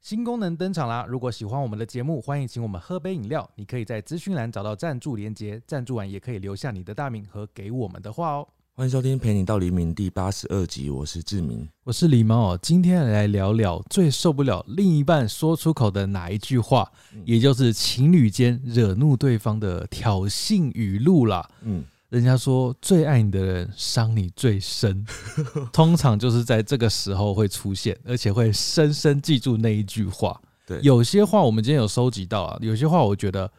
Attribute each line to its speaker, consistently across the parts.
Speaker 1: 新功能登场啦！如果喜欢我们的节目，欢迎请我们喝杯饮料。你可以在资讯栏找到赞助连结，赞助完也可以留下你的大名和给我们的话哦。
Speaker 2: 欢迎收听《陪你到黎明》第八十二集，我是志明。
Speaker 1: 我是狸猫哦，今天来聊聊最受不了另一半说出口的哪一句话，也就是情侣间惹怒对方的挑衅语录啦。
Speaker 2: 嗯，
Speaker 1: 人家说最爱你的人伤你最 深，通常就是在这个时候会出现，而且会深深记住那一句话。
Speaker 2: 对
Speaker 1: 有些话我们今天有收集到啊，有些话我觉得，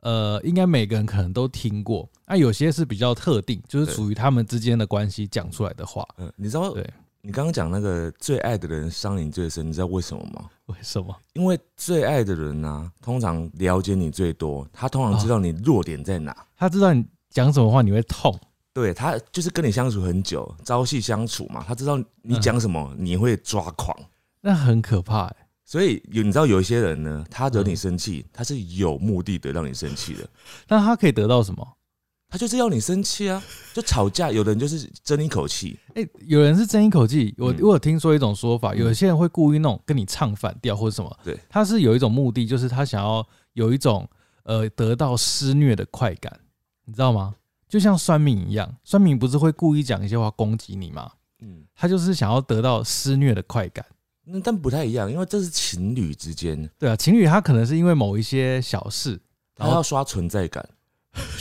Speaker 1: 呃，应该每个人可能都听过，那、有些是比较特定，就是
Speaker 2: 对
Speaker 1: 属于他们之间的关系讲出来的话。
Speaker 2: 嗯、你知道
Speaker 1: 对
Speaker 2: 你刚刚讲那个最爱的人伤你最深，你知道为什么吗？
Speaker 1: 为什么？
Speaker 2: 因为最爱的人呢、通常了解你最多，他通常知道你弱点在哪。
Speaker 1: 他知道你讲什么话你会痛，
Speaker 2: 对他就是跟你相处很久，朝夕相处嘛，他知道你讲什么、你会抓狂。
Speaker 1: 那很可怕、欸。
Speaker 2: 所以有你知道有一些人呢，他惹你生气，他是有目的的让你生气的，
Speaker 1: 那他可以得到什么？
Speaker 2: 他就是要你生气啊，就吵架。有的人就是争一口气，
Speaker 1: 哎、有人是争一口气，我、
Speaker 2: 嗯
Speaker 1: 我有听说一种说法，
Speaker 2: 嗯
Speaker 1: 有些人会故意弄跟你唱反调或者什么，
Speaker 2: 对，
Speaker 1: 他是有一种目的，就是他想要有一种呃得到施虐的快感，你知道吗？就像酸民一样，酸民不是会故意讲一些话攻击你吗？
Speaker 2: 嗯，
Speaker 1: 他就是想要得到施虐的快感。
Speaker 2: 那但不太一样，因为这是情侣之间，
Speaker 1: 对啊，情侣他可能是因为某一些小事，
Speaker 2: 他
Speaker 1: 然后
Speaker 2: 要刷存在感，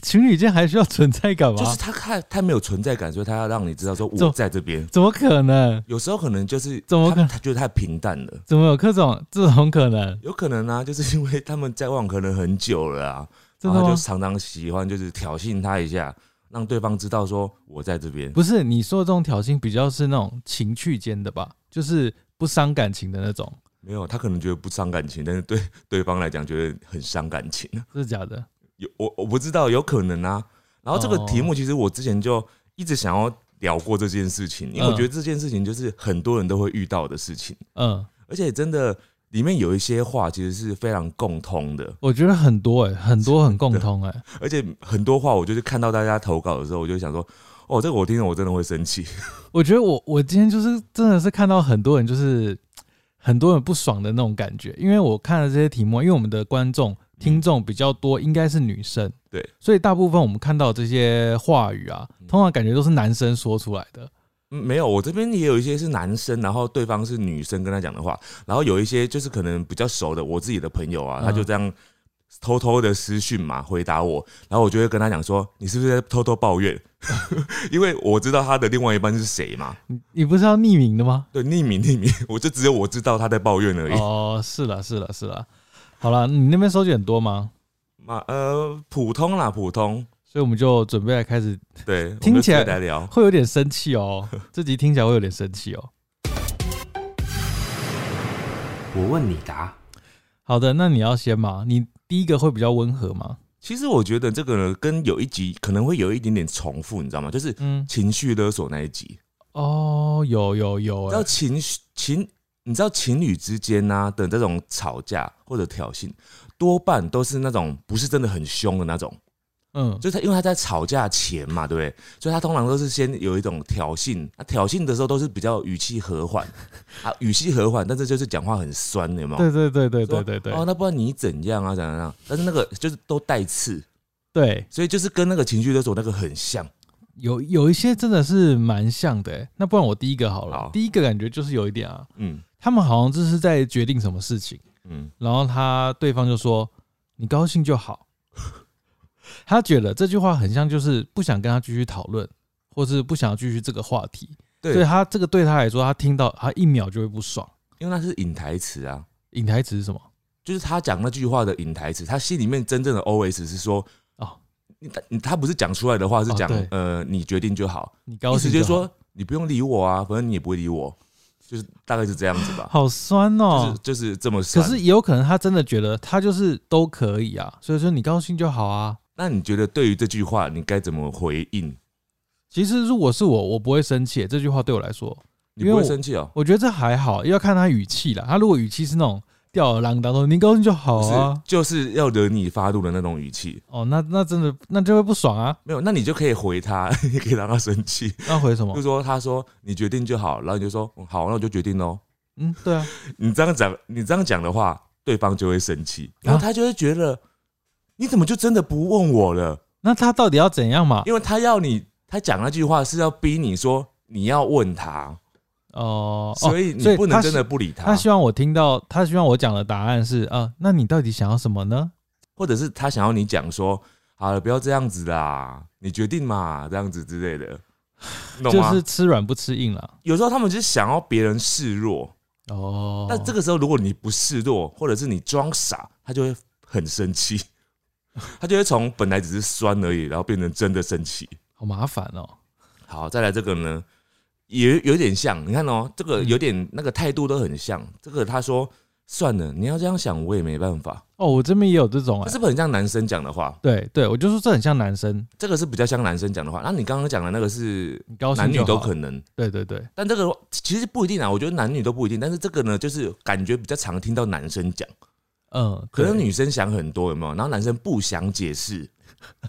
Speaker 1: 情侣间还需要存在感吗？
Speaker 2: 就是他看他没有存在感，所以他要让你知道说
Speaker 1: 怎
Speaker 2: 我
Speaker 1: 么
Speaker 2: 在这边。
Speaker 1: 怎么可能？
Speaker 2: 有时候可能就是
Speaker 1: 怎么可
Speaker 2: 他他觉得太平淡了，
Speaker 1: 怎么有这种这种可能？
Speaker 2: 有可能啊，就是因为他们交往可能很久了啊，
Speaker 1: 真的
Speaker 2: 然后
Speaker 1: 吗
Speaker 2: 他就？常常喜欢就是挑衅他一下，让对方知道说我在这边。
Speaker 1: 不是，你说的这种挑衅比较是那种情趣间的吧，就是不伤感情的那种，
Speaker 2: 没有，他可能觉得不伤感情，但是对对方来讲觉得很伤感情。
Speaker 1: 是假的。
Speaker 2: 有我我不知道，有可能啊。然后这个
Speaker 1: 哦
Speaker 2: 题目其实我之前就一直想要聊过这件事情，因为我
Speaker 1: 嗯
Speaker 2: 觉得这件事情就是很多人都会遇到的事情，
Speaker 1: 嗯，
Speaker 2: 而且真的里面有一些话其实是非常共通的，
Speaker 1: 我觉得很多哎、很多很共通哎、
Speaker 2: 而且很多话我就是看到大家投稿的时候，我就想说，哦，这个我听了我真的会生气。
Speaker 1: 我觉得我我今天就是真的是看到很多人就是很多人不爽的那种感觉，因为我看了这些题目，啊因为我们的观众听众比较多，应该是女生，
Speaker 2: 嗯对，
Speaker 1: 所以大部分我们看到这些话语啊，
Speaker 2: 嗯
Speaker 1: 通常感觉都是男生说出来的。
Speaker 2: 嗯，没有，我这边也有一些是男生，然后对方是女生跟他讲的话，然后有一些就是可能比较熟的我自己的朋友啊，
Speaker 1: 嗯
Speaker 2: 他就这样偷偷的私讯嘛回答我，然后我就会跟他讲说，你是不是在偷偷抱怨？ 因为我知道他的另外一半是谁嘛，
Speaker 1: 你你不是要匿名的吗？
Speaker 2: 对，匿名匿名， 我就只有我知道他在抱怨而已。
Speaker 1: 哦，是了，是了，是了。好了，你那边收集很多吗？
Speaker 2: 嘛、呃，普通啦，普通，
Speaker 1: 所以我们就准备来开始，
Speaker 2: 对，我们
Speaker 1: 听
Speaker 2: 就
Speaker 1: 起来
Speaker 2: 直接来聊，
Speaker 1: 会有点生气哦。这集听起来会有点生气哦。
Speaker 3: 我问你答，
Speaker 1: 好的，那你要先嘛，你第一个会比较温和吗？
Speaker 2: 其实我觉得这个呢，跟有一集可能会有一点点重复，你知道吗？就是
Speaker 1: 嗯，
Speaker 2: 情绪勒索那一集。
Speaker 1: 哦，有有有、
Speaker 2: 你知道
Speaker 1: 欸，
Speaker 2: 情绪情，你知道情侣之间呐、的这种吵架或者挑衅，多半都是那种不是真的很凶的那种，
Speaker 1: 嗯，
Speaker 2: 就是他因为他在吵架前嘛，对不对？所以他通常都是先有一种挑衅，那、挑衅的时候都是比较语气和缓啊，语气和缓，但是就是讲话很酸，有没有？
Speaker 1: 对对对对对对对
Speaker 2: 哦，那不然你怎样啊？怎样怎样？但是那个就是都带刺，
Speaker 1: 对，
Speaker 2: 所以就是跟那个情绪勒索那个很像。
Speaker 1: 有有一些真的是蛮像的、欸。那不然我第一个好了，
Speaker 2: 好
Speaker 1: 第一个感觉就是有一点啊，
Speaker 2: 嗯
Speaker 1: 他们好像就是在决定什么事情。
Speaker 2: 嗯，
Speaker 1: 然后他对方就说：“你高兴就好。” 他觉得这句话很像就是不想跟他继续讨论，或是不想要继续这个话题。
Speaker 2: 对
Speaker 1: 所以他这个对他来说，他听到他一秒就会不爽。
Speaker 2: 因为那是隐台词啊。
Speaker 1: 引台词是什么？
Speaker 2: 就是他讲那句话的隐台词，他心里面真正的 OS 是说，
Speaker 1: 哦
Speaker 2: 哦，你他你他不是讲出来的话，是讲、
Speaker 1: 哦对
Speaker 2: 呃，你决定就好，
Speaker 1: 你高
Speaker 2: 意思
Speaker 1: 兴
Speaker 2: 就是
Speaker 1: 就好
Speaker 2: 说你不用理我啊，反正你也不会理我，就是大概是这样子吧，
Speaker 1: 好酸哦。
Speaker 2: 就是就是这么
Speaker 1: 可
Speaker 2: 算。
Speaker 1: 是也有可能他真的觉得他就是都可以啊，所以说你高兴就好啊。
Speaker 2: 那你觉得对于这句话，你该怎么回应？
Speaker 1: 其实如果是我，我不会生气。这句话对我来说，
Speaker 2: 你
Speaker 1: 因为
Speaker 2: 不会
Speaker 1: 我
Speaker 2: 生气哦、
Speaker 1: 我觉得这还好，要看他语气啦。他如果语气是那种吊儿郎当的，你高兴就好
Speaker 2: 不是
Speaker 1: 啊，，
Speaker 2: 就是要惹你发怒的那种语气，
Speaker 1: 哦，那那真的那就会不爽啊。
Speaker 2: 没有，那你就可以回他， 你可以让他生气，
Speaker 1: 那回什
Speaker 2: 就
Speaker 1: 么？
Speaker 2: 说他说你决定就好，然后你就说嗯好，那我就决定喽，
Speaker 1: 嗯，对啊，
Speaker 2: 你这样讲，你这样讲的话，对方就会生气，
Speaker 1: 啊
Speaker 2: 然后他就会觉得、你怎么就真的不问我了？
Speaker 1: 那他到底要怎样嘛？
Speaker 2: 因为他要你，他讲那句话是要逼你说你要问他，
Speaker 1: 哦、哦
Speaker 2: 所以
Speaker 1: 所
Speaker 2: 你
Speaker 1: 以
Speaker 2: 不能
Speaker 1: 他
Speaker 2: 真
Speaker 1: 希
Speaker 2: 的不理他，
Speaker 1: 他希望我听到，他希望我讲的答案是啊、那你到底想要什么呢？
Speaker 2: 或者是他想要你讲说，好了，不要这样子啦，你决定嘛，这样子之类 的，你懂
Speaker 1: 就
Speaker 2: 吗？
Speaker 1: 是吃软不吃硬了。
Speaker 2: 有时候他们就是想要别人示弱，
Speaker 1: 哦，
Speaker 2: 但这个时候如果你不示弱，或者是你装傻，他就会很生气，他就会从本来只是酸而已，然后变成真的生气。
Speaker 1: 好麻烦哦。
Speaker 2: 好，再来这个呢，也有点像，你看哦，这
Speaker 1: 嗯
Speaker 2: 个有点那个态度都很像。这个他说算了，你要这样想，我也没办法，
Speaker 1: 哦，我这边也有这种
Speaker 2: 这
Speaker 1: 哎、
Speaker 2: 是不是很像男生讲的话？
Speaker 1: 对对，我就说这很像男生，
Speaker 2: 这个是比较像男生讲的话。那你刚刚讲的那个是
Speaker 1: 你高兴
Speaker 2: 男女
Speaker 1: 就
Speaker 2: 都
Speaker 1: 好
Speaker 2: 可能，
Speaker 1: 对对对，
Speaker 2: 但这个其实不一定啊，我觉得男女都不一定。但是这个呢，就是感觉比较常听到男生讲，
Speaker 1: 嗯，
Speaker 2: 可能
Speaker 1: 对
Speaker 2: 女生想很多有没有？然后男生不想解释，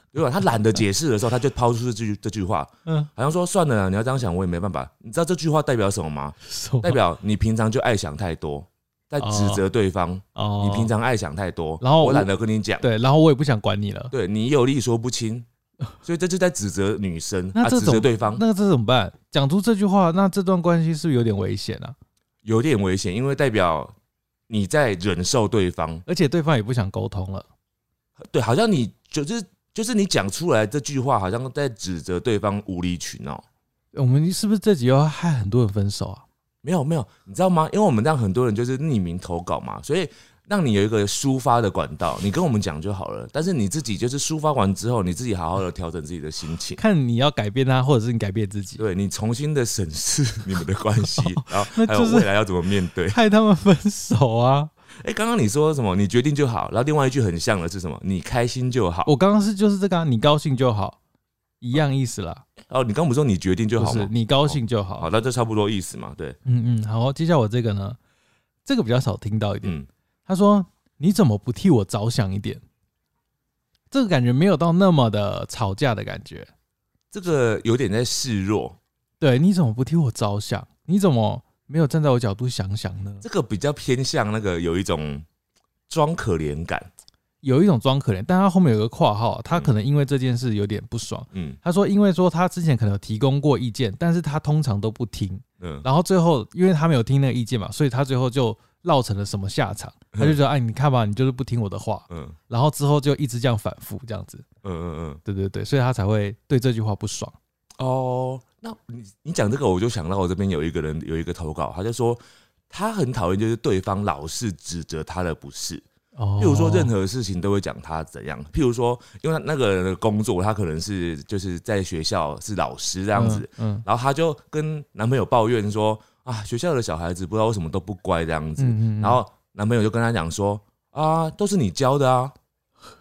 Speaker 2: 对吧？他懒得解释的时候，他就抛出这句这句话，
Speaker 1: 嗯
Speaker 2: 好像说算了啊，你要这样想，我也没办法。你知道这句话代表什么吗？
Speaker 1: 什么
Speaker 2: 代表你平常就爱想太多，在指责对方。
Speaker 1: 哦，
Speaker 2: 你平常爱想太多，
Speaker 1: 然后我
Speaker 2: 我懒得跟你讲，
Speaker 1: 对，然后我也不想管你了。
Speaker 2: 对你有理说不清，所以这就在指责女生，
Speaker 1: 那
Speaker 2: 啊，
Speaker 1: 这
Speaker 2: 指责
Speaker 1: 种
Speaker 2: 对方
Speaker 1: 那这怎么办？讲出这句话，那这段关系是不是有点危险啊？
Speaker 2: 有点危险，因为代表你在忍受对方。
Speaker 1: 而且对方也不想沟通了。
Speaker 2: 对，好像你就是就是你讲出来这句话，好像在指责对方无理取闹。
Speaker 1: 我们是不是这集又要害很多人分手啊？
Speaker 2: 没有没有，你知道吗？因为我们让很多人就是匿名投稿嘛，所以让你有一个抒发的管道，你跟我们讲就好了。但是你自己就是抒发完之后，你自己好好的调整自己的 心情，
Speaker 1: 看你要改变他，或者是你改变自己，
Speaker 2: 对你重新的审视你们的关 系，然后
Speaker 1: 那
Speaker 2: 还有
Speaker 1: 就是
Speaker 2: 未来要怎么面对。
Speaker 1: 害他们分手啊！
Speaker 2: 哎，刚刚你说什么？你决定就好。然后另外一句很像的是什么？你开心就好。
Speaker 1: 我刚刚是就是这个、啊，你高兴就好，一样意思啦，
Speaker 2: 哦，你刚不是说你决定就
Speaker 1: 就
Speaker 2: 好
Speaker 1: 是
Speaker 2: 吗？哦
Speaker 1: 你高兴就好。
Speaker 2: 好，那就差不多意思嘛。对，
Speaker 1: 嗯嗯，好，接下来我这个呢，这个比较少听到一点。
Speaker 2: 嗯，
Speaker 1: 他说：“你怎么不替我着想一点？”这个感觉没有到那么的吵架的感觉。
Speaker 2: 这个有点在示弱，
Speaker 1: 对，你怎么不替我着想？你怎么没有站在我角度想想呢？
Speaker 2: 这个比较偏向那个有一种装可怜感。
Speaker 1: 有一种装可怜，但他后面有个括号，他可能因为这件事有点不爽。
Speaker 2: 嗯
Speaker 1: 他说，因为说他之前可能有提供过意见，但是他通常都不听，
Speaker 2: 嗯，
Speaker 1: 然后最后因为他没有听那个意见嘛，所以他最后就落成了什么下场？他就觉得，哎，你看吧，你就是不听我的话，
Speaker 2: 嗯
Speaker 1: 然后之后就一直这样反复这样子。
Speaker 2: 嗯嗯
Speaker 1: 对对对，所以他才会对这句话不爽。
Speaker 2: 嗯，哦，那你你讲这个，我就想到我这边有一个人有一个投稿，他就说他很讨厌就是对方老是指责他的不是，
Speaker 1: 哦
Speaker 2: 譬如说任何事情都会讲他怎样，譬如说因为那个人的工作，他可能是就是在学校是老师这
Speaker 1: 这
Speaker 2: 样子，，
Speaker 1: 嗯
Speaker 2: 然后他就跟男朋友抱怨说啊，学校的小孩子不知道为什么都不乖这样子，
Speaker 1: 嗯嗯，
Speaker 2: 然后男朋友就跟她讲说啊，都是你教的啊。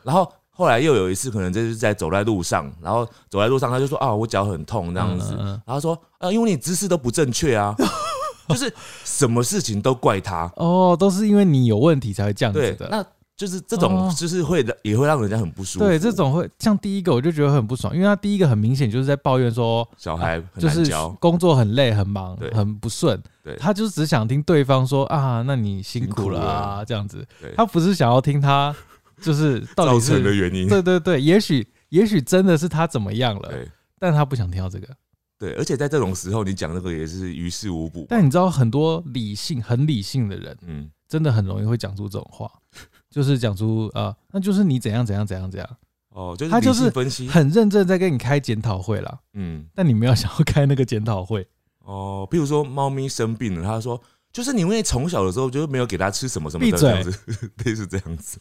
Speaker 2: 然后后来又有一次，可能就是在走在路上，然后走在路上，他就说啊，我脚很痛这样子。
Speaker 1: 嗯嗯嗯
Speaker 2: 然后说啊，因为你姿势都不正确啊， 就是什么事情都怪他。
Speaker 1: 哦，都是因为你有问题才会这样子
Speaker 2: 对，
Speaker 1: 的。
Speaker 2: 那就是这种，
Speaker 1: 哦
Speaker 2: 就是会的，也会让人家很不舒服。
Speaker 1: 对，这种会像第一个我就觉得很不爽，因为他第一个很明显就是在抱怨说，
Speaker 2: 小孩很
Speaker 1: 啊就
Speaker 2: 难
Speaker 1: 是
Speaker 2: 教，
Speaker 1: 工作很累、很忙
Speaker 2: 对、
Speaker 1: 很不顺
Speaker 2: 对，
Speaker 1: 他就只想听对方说啊，那你辛苦了
Speaker 2: 辛苦
Speaker 1: 啊这样子
Speaker 2: 对，
Speaker 1: 他不是想要听他就是到
Speaker 2: 造
Speaker 1: 底
Speaker 2: 成的
Speaker 1: 是
Speaker 2: 原因。
Speaker 1: 对对对，也许也许真的是他怎么样了，
Speaker 2: 对
Speaker 1: 但他不想听到这个。
Speaker 2: 对，而且在这种时候，你讲这个也是于事无补。
Speaker 1: 但你知道很多理性、很理性的人，
Speaker 2: 嗯，
Speaker 1: 真的很容易会讲出这种话，就是讲出呃，那就是你怎样怎样怎样怎样，
Speaker 2: 哦，就是
Speaker 1: 他就
Speaker 2: 理性
Speaker 1: 是
Speaker 2: 分析。
Speaker 1: 很认真在跟你开检讨会啦，
Speaker 2: 嗯，
Speaker 1: 但你没有想要开那个检讨会，
Speaker 2: 哦，譬如说猫咪生病了，他说就是你因为从小的时候就是没有给它吃什么什么
Speaker 1: 闭
Speaker 2: 的
Speaker 1: 嘴
Speaker 2: 这样子， 类似这样子。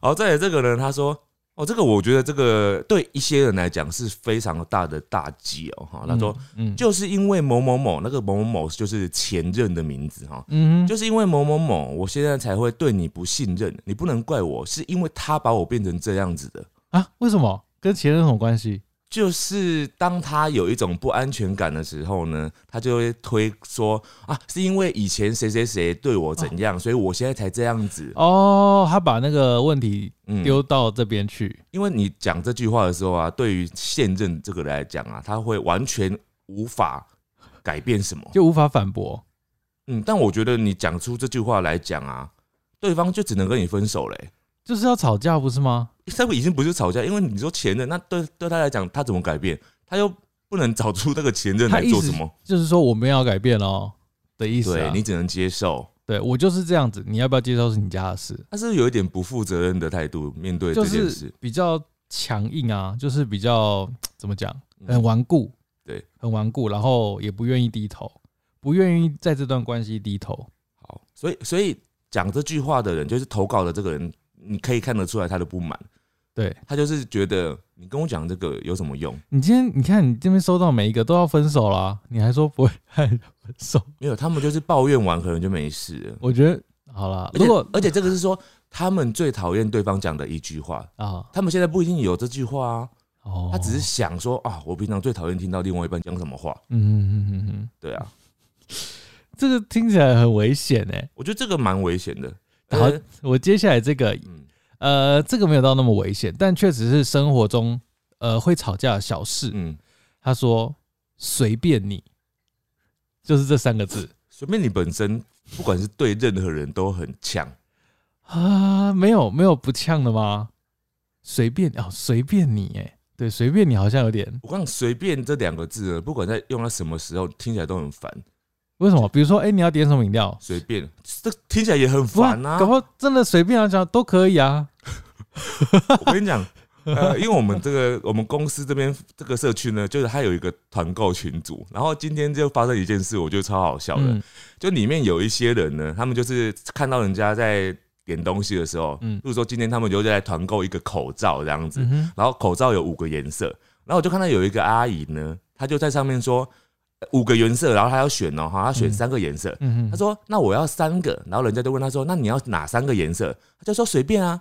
Speaker 2: 好，再来这个人他说，哦，这个我觉得这个对一些人来讲是非常大的大忌哦，哈，他说、
Speaker 1: 嗯，嗯，
Speaker 2: 就是因为某某某那个某某某就是前任的名字哈。
Speaker 1: 嗯哼，
Speaker 2: 就是因为某某某，我现在才会对你不信任。你不能怪我，是因为他把我变成这样子的。
Speaker 1: 啊，为什么跟前任有什么关系？
Speaker 2: 就是当他有一种不安全感的时候呢，他就会推说啊，是因为以前谁谁谁对我怎样，所以我现在才这样子。嗯
Speaker 1: 哦，他把那个问题丢到这边去，
Speaker 2: 因为你讲这句话的时候啊，对于现任这个来讲啊，他会完全无法改变什么。
Speaker 1: 就无法反驳。
Speaker 2: 嗯，但我觉得你讲出这句话来讲啊，对方就只能跟你分手嘞、
Speaker 1: 就是要吵架不是吗？
Speaker 2: 他已经不是吵架，因为你说前任，那对对他来讲，他怎么改变？他又不能找出那个前任
Speaker 1: 他
Speaker 2: 来
Speaker 1: 意
Speaker 2: 做
Speaker 1: 思
Speaker 2: 什么，
Speaker 1: 就是说我们要改变哦的意思、啊。
Speaker 2: 对你只能接受。
Speaker 1: 对我就是这样子，你要不要接受是你家的事，
Speaker 2: 他是有一点不负责任的态度面对
Speaker 1: 就
Speaker 2: 这件
Speaker 1: 是
Speaker 2: 事，
Speaker 1: 比较强硬啊，就是比较怎么讲，
Speaker 2: 嗯
Speaker 1: 很顽固，
Speaker 2: 对，
Speaker 1: 很顽固，然后也不愿意低头，不愿意在这段关系低头。
Speaker 2: 好，所以所以讲这句话的人，就是投稿的这个人，你可以看得出来他的不满，
Speaker 1: 对
Speaker 2: 他就是觉得你跟我讲这个有什么用？
Speaker 1: 你今天，你看你这边收到每一个都要分手啦、你还说不会害人分手，
Speaker 2: 没有，他们就是抱怨完可能就没事了。
Speaker 1: 我觉得好啦，
Speaker 2: 而且
Speaker 1: 如果
Speaker 2: 而且这个是说他们最讨厌对方讲的一句话，
Speaker 1: 啊，
Speaker 2: 他们现在不一定有这句话啊，
Speaker 1: 哦，
Speaker 2: 他只是想说啊，我平常最讨厌听到另外一半讲什么话，
Speaker 1: 嗯嗯嗯嗯嗯，
Speaker 2: 对啊，
Speaker 1: 这个听起来很危险哎、
Speaker 2: 我觉得这个蛮危险的。
Speaker 1: 然后
Speaker 2: 呃
Speaker 1: 我接下来这个
Speaker 2: 嗯，
Speaker 1: 呃，这个没有到那么危险，但确实是生活中呃会吵架的小事。
Speaker 2: 嗯，
Speaker 1: 他说随便你，就是这三个字
Speaker 2: 随便你本身，不管是对任何人都很强，
Speaker 1: 啊，没有没有不呛的吗？随便哦，随便你哎，对，随便你好像有点
Speaker 2: 我刚随便这两个字呢，不管在用到什么时候，听起来都很烦。
Speaker 1: 为什么？比如说哎、你要点什么饮料？
Speaker 2: 随便，这听起来也很
Speaker 1: 不
Speaker 2: 烦啊
Speaker 1: 搞。不好真的随便啊，讲都可以啊。
Speaker 2: 我跟你讲，呃，因为我们这个我们公司这边这个社区呢，就是它有一个团购群组，然后今天就发生一件事，我觉得超好笑的，
Speaker 1: 嗯
Speaker 2: 就里面有一些人呢，他们就是看到人家在点东西的时候，
Speaker 1: 嗯
Speaker 2: 嗯，比如说今天他们就在团购一个口罩这样子，
Speaker 1: 嗯哼，
Speaker 2: 然后口罩有五个颜色，然后我就看到有一个阿姨呢，她就在上面说呃五个颜色，然后她要选哦，哈，她选三个颜色。
Speaker 1: 嗯哼，
Speaker 2: 她说：“那我要三个。”然后人家就问她说：“那你要哪三个颜色？”她就说：“随便啊。”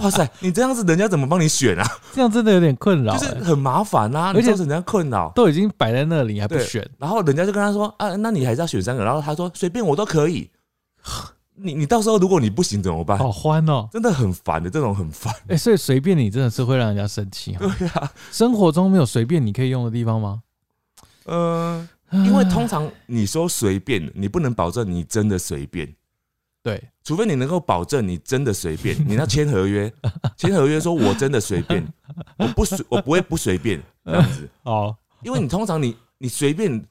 Speaker 2: 哇塞，你这样子人家怎么帮你选啊？
Speaker 1: 这样真的有点困扰、
Speaker 2: 就
Speaker 1: 欸，
Speaker 2: 是很麻烦啊，
Speaker 1: 而
Speaker 2: 你
Speaker 1: 且
Speaker 2: 造成人家困扰。
Speaker 1: 都已经摆在那里你还不
Speaker 2: 对
Speaker 1: 选，
Speaker 2: 然后人家就跟她说：“啊，那你还是要选三个。”然后她说：“随便我都可以。你”你到时候如果你不行怎么办？
Speaker 1: 好欢哦。
Speaker 2: 真的很烦的，这种很烦。
Speaker 1: 哎、所以随便你真的是会让人家生气哈。
Speaker 2: 对啊，
Speaker 1: 生活中没有随便你可以用的地方吗？
Speaker 2: 嗯、因为通常你说随便，你不能保证你真的随便，
Speaker 1: 对，
Speaker 2: 除非你能够保证你真的随 便，你要签合约，签合约说我真的随便，我不随我不会不随便这样子，
Speaker 1: 哦，
Speaker 2: 因为你通常你你随便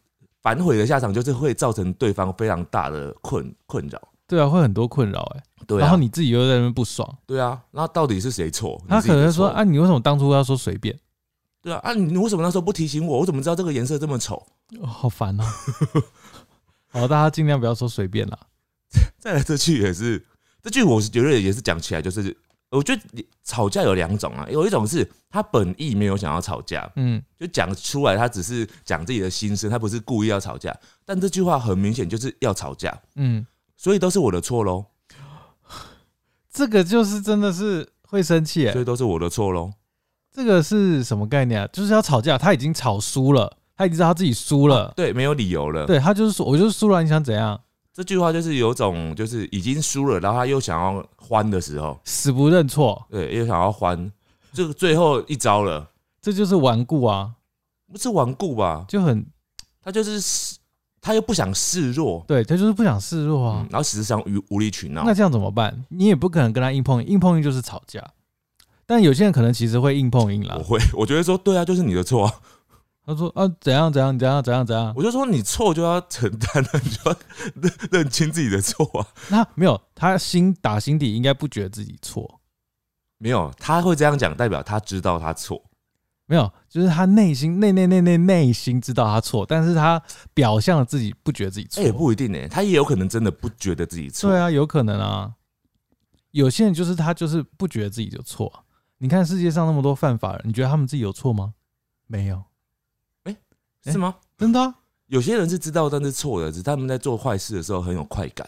Speaker 2: 反悔的下场，就是会造成对方非常大的困困扰。
Speaker 1: 对啊，会很多困扰哎、
Speaker 2: 对
Speaker 1: 然后
Speaker 2: 啊，
Speaker 1: 你自己又在那边不爽，
Speaker 2: 对啊，那到底是谁错？
Speaker 1: 他
Speaker 2: 你自己
Speaker 1: 可
Speaker 2: 的
Speaker 1: 能说
Speaker 2: 错
Speaker 1: 啊，，你为什么当初要说随便？
Speaker 2: 对啊，啊，你你为什么那时候不提醒我？我怎么知道这个颜色这么丑？
Speaker 1: 哦好烦哦。 好，大家尽量不要说随便啦。
Speaker 2: 再来这句也是，这句我是觉得也是讲起来就是，我觉得吵架有两种啊，有一种是他本意没有想要吵架，
Speaker 1: 嗯，
Speaker 2: 就讲出来他只是讲自己的心声，他不是故意要吵架，但这句话很明显就是要吵架，
Speaker 1: 嗯，
Speaker 2: 所以都是我的错喽，
Speaker 1: 这个就是真的是会生气哎、
Speaker 2: 所以都是我的错喽。
Speaker 1: 这个是什么概念啊？就是要吵架，他已经吵输了，他已经知道他自己输了，
Speaker 2: 对，没有理由了。
Speaker 1: 对他就是说，我就是输了，你想怎样？
Speaker 2: 这句话就是有种就是已经输了，然后他又想要欢的时候，
Speaker 1: 死不认错，
Speaker 2: 对，又想要欢，这个最后一招了，
Speaker 1: 这就是顽固啊，
Speaker 2: 不是顽固吧？
Speaker 1: 就很
Speaker 2: 他就是他又不想示弱，
Speaker 1: 对他就是不想示弱啊。
Speaker 2: 嗯然后事实上无无理取闹
Speaker 1: 那。这样怎么办？你也不可能跟他硬碰硬，硬碰硬就是吵架。但有些人可能其实会硬碰硬啦
Speaker 2: 我。会， 我觉得说对啊，就是你的错啊、
Speaker 1: 他说啊，怎样怎样怎样怎样怎样。
Speaker 2: 我就说你错就要承担 啊，你就要认认清自己的错啊。
Speaker 1: 那没有，他心打心底应该不觉得自己错，
Speaker 2: 没有，他会这样讲，代表他知道他错，
Speaker 1: 没有，就是他内心内内内内内心知道他错，但是他表象自己不觉得自己
Speaker 2: 这
Speaker 1: 错。
Speaker 2: 哎也不一定呢、欸他也有可能真的不觉得自己错。
Speaker 1: 对啊，有可能啊。有些人就是他就是不觉得自己有错啊、你看世界上那么多犯法人，你觉得他们自己有错吗？没有，
Speaker 2: 是吗？
Speaker 1: 真的、啊。
Speaker 2: 有些人是知道但是错的，只是他们在做坏事的时候很有快 感。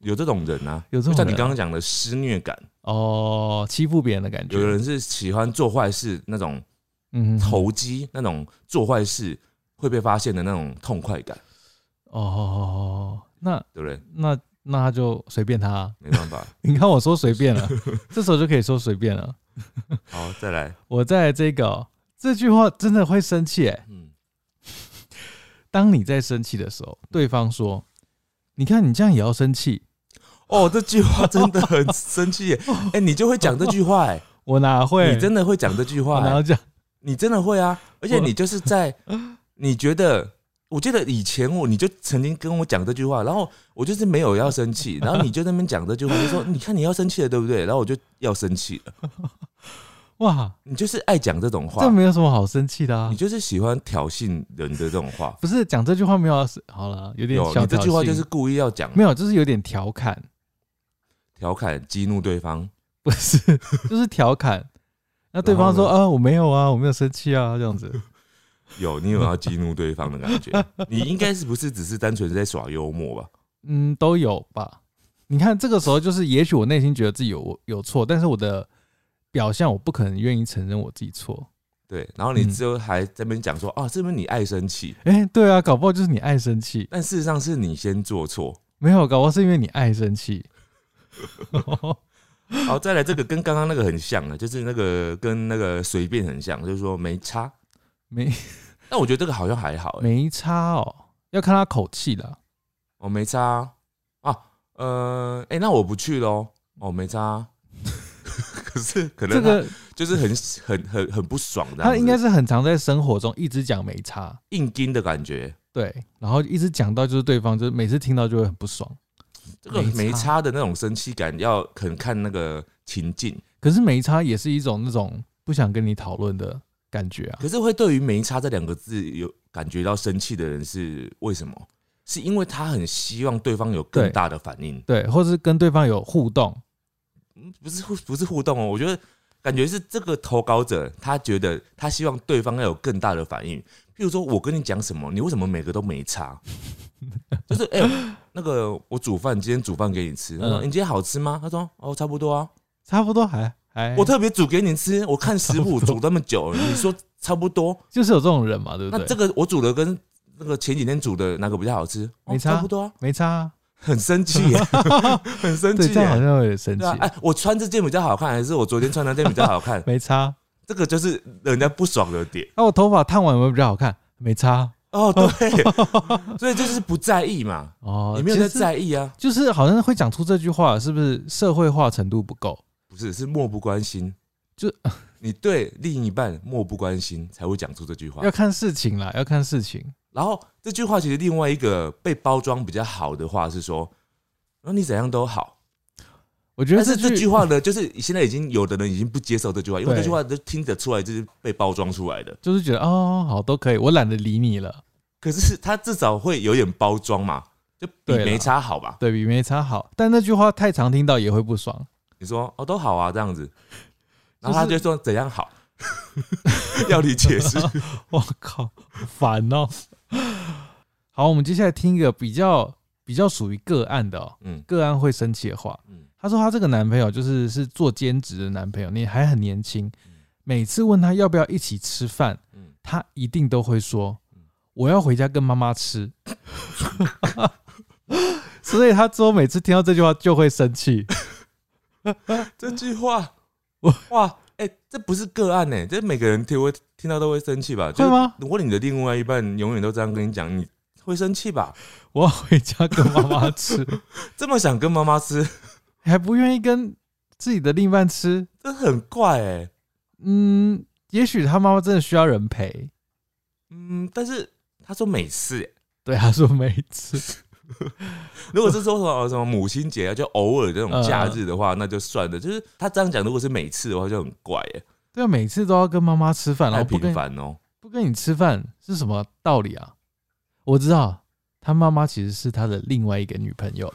Speaker 2: 有这种人啊，
Speaker 1: 有这种人啊
Speaker 2: 就像你刚刚讲的施虐感，
Speaker 1: 哦，欺负别人的感觉。
Speaker 2: 有人是喜欢做坏事那种
Speaker 1: 嗯，
Speaker 2: 投机，那种做坏事会被发现的那种痛快感，
Speaker 1: 哦，那
Speaker 2: 对不对？
Speaker 1: 那那他就随便他啊、
Speaker 2: 没办法。
Speaker 1: 你看我说随便了，这时候就可以说随便了。
Speaker 2: 好，再来，
Speaker 1: 我在这个哦、这句话真的会生气哎、
Speaker 2: 嗯，
Speaker 1: 当你在生气的时候，对方说：“你看你这样也要生气
Speaker 2: 哦，这句话真的很生气 耶！哎、你就会讲这句话哎、？”
Speaker 1: 我哪会？
Speaker 2: 你真 的会讲这句
Speaker 1: 我
Speaker 2: 话、
Speaker 1: 哪
Speaker 2: 哎
Speaker 1: 有讲？
Speaker 2: 你真的会啊！而且你就 是在你觉得，我记得以前我你就曾经跟我讲这句话，然后我就是没有要 生气，然后你就在那边讲这句话，就说你看你要生气了，对不对？然后我就要生气了，
Speaker 1: 哇，
Speaker 2: 你就是爱讲这种话
Speaker 1: 这，没有什么好生气的啊
Speaker 2: 你！就是喜欢挑衅人的这种话。
Speaker 1: 不是讲这句话没有要好了，有点
Speaker 2: 有，
Speaker 1: 小
Speaker 2: 你这句话
Speaker 1: 挑
Speaker 2: 就
Speaker 1: 衅
Speaker 2: 是故意要讲，
Speaker 1: 没有，就是有点调侃，
Speaker 2: 调侃、激怒对方。
Speaker 1: 不是，就是调侃。那对方说：“啊，我没有啊，我没有生气啊，这样子。
Speaker 2: 有，你有要激怒对方的感 觉。你应该是不是只是单纯在耍幽默吧？”
Speaker 1: 嗯，都有吧。你看，这个时候就是，也许我内心觉得自己有有错，但是我的表象我不可能愿意承认我自己错。
Speaker 2: 对，然后你
Speaker 1: 嗯
Speaker 2: 之后还在那边讲说，啊，是不是你爱生气？
Speaker 1: 哎、对啊，搞不好就是你爱生气，
Speaker 2: 但事实上是你先做错。
Speaker 1: 没有，搞不好是因为你爱生气。
Speaker 2: 好，再来这个跟刚刚那个很像啊，就是那个跟那个随便很像，就是说没差。
Speaker 1: 没
Speaker 2: 但我觉得这个好像还好、欸，
Speaker 1: 没差哦，要看他口气啦。
Speaker 2: 哦，没差啊，啊呃，哎、那我不去喽，哦，没差、啊。 可是可
Speaker 1: 这
Speaker 2: 能他
Speaker 1: 个
Speaker 2: 就是很很很很不爽的，
Speaker 1: 他应该是很常在生活中一直讲没差，
Speaker 2: 硬盯的感觉。
Speaker 1: 对，然后一直讲到就是对方就是每次听到就会很不爽。
Speaker 2: 这个
Speaker 1: 没
Speaker 2: 没
Speaker 1: 差
Speaker 2: 差的那种生气感，要很看那个情境。
Speaker 1: 可是没差也是一种那种不想跟你讨论的感觉啊。
Speaker 2: 可是会对于“没差”这两个字有感觉到生气的人是为什么？是因为他很希望对方有更
Speaker 1: 对
Speaker 2: 大的反应，
Speaker 1: 对，或是跟对方有互动，
Speaker 2: 嗯不是互不是互动哦。我觉得感觉是这个投稿者，他觉得他希望对方要有更大的反应。譬如说，我跟你讲什么，你为什么每个都没差？ 就是哎、那个我煮饭，今天煮饭给你吃，他说、
Speaker 1: 嗯
Speaker 2: 你今天好吃吗？他说哦，差不多啊。
Speaker 1: 差不多还还
Speaker 2: 我特别煮给你吃，我看食谱煮那么久，你说差不多，
Speaker 1: 就是有这种人嘛，对不
Speaker 2: 那
Speaker 1: 对？
Speaker 2: 这个我煮的跟那个前几天煮的哪个比较好吃？哦
Speaker 1: 没差
Speaker 2: 差不多啊，
Speaker 1: 没差、啊，
Speaker 2: 很生气 耶，很生
Speaker 1: 对，
Speaker 2: 气
Speaker 1: 这样好
Speaker 2: 耶。
Speaker 1: 像有点生气？
Speaker 2: 对，啊，哎，我穿这件比较好看，还是我昨天穿那件比较好看
Speaker 1: 没差。啊
Speaker 2: 这个就是人家不爽的点
Speaker 1: 那、我头发烫完有没有比较好看？没差啊
Speaker 2: 哦，对，所以就是不在意嘛，
Speaker 1: 哦，
Speaker 2: 你没有在
Speaker 1: 其实
Speaker 2: 在意啊，
Speaker 1: 就是好像会讲出这句话，是不是社会化程度不够？
Speaker 2: 不是是漠不关心，
Speaker 1: 就
Speaker 2: 你对另一半漠不关心才会讲出这句话
Speaker 1: 要。看事情啦，要看事情。
Speaker 2: 然后这句话其实另外一个被包装比较好的话是说，然后你怎样都好。
Speaker 1: 我觉得
Speaker 2: 但
Speaker 1: 这
Speaker 2: 是
Speaker 1: 句
Speaker 2: 这句话呢，就是现在已经有的人已经不接受这句话，因为
Speaker 1: 对
Speaker 2: 这句话就听得出来就是被包装出来的。
Speaker 1: 就是觉得哦，好都可以，我懒得理你了，
Speaker 2: 可是他至少会有点包装嘛，就比
Speaker 1: 对啦
Speaker 2: 没差好吧？
Speaker 1: 对比没差好。但那句话太常听到也会不爽，
Speaker 2: 你说哦都好啊这样子，然
Speaker 1: 就
Speaker 2: 后
Speaker 1: 是
Speaker 2: 他就说怎样好， 要你解释。
Speaker 1: 我靠，好烦哦。好，我们接下来听一个比较比较属于个案的、哦，
Speaker 2: 嗯
Speaker 1: 个案会生气的话。
Speaker 2: 嗯，
Speaker 1: 她说她这个男朋友就是是做兼职的男朋友，你还很年轻，每次问他要不要一起吃饭
Speaker 2: 嗯，
Speaker 1: 他一定都会说
Speaker 2: 嗯
Speaker 1: 我要回家跟妈妈吃。 所以他之后每次听到这句话就会生 气，
Speaker 2: 这句话
Speaker 1: 我
Speaker 2: 哇哎、这不是个案呢、这每个人听会听到都会生气吧？就是
Speaker 1: 会吗？
Speaker 2: 如果你的另外一半永远都这样跟你讲，你会生气吧？
Speaker 1: 我要回家跟妈妈吃，
Speaker 2: 这么想跟妈妈吃，
Speaker 1: 还不愿意跟自己的另一半吃，
Speaker 2: 这很怪哎、
Speaker 1: 嗯，也许他妈妈真的需要人陪。
Speaker 2: 嗯，但是他说每次欸、
Speaker 1: 对，他 说每次，
Speaker 2: 如果是说什么什么母亲节啊，就偶尔这种
Speaker 1: 嗯
Speaker 2: 假日的话，那就算了。就是他这样讲，如果是每次的话，就很怪哎、
Speaker 1: 对啊，每次都要跟妈妈吃饭，然
Speaker 2: 太
Speaker 1: 后不
Speaker 2: 频
Speaker 1: 跟
Speaker 2: 繁哦。
Speaker 1: 不跟你吃饭是什么道理啊？我知道，他妈妈其实是他的另外一个女朋友，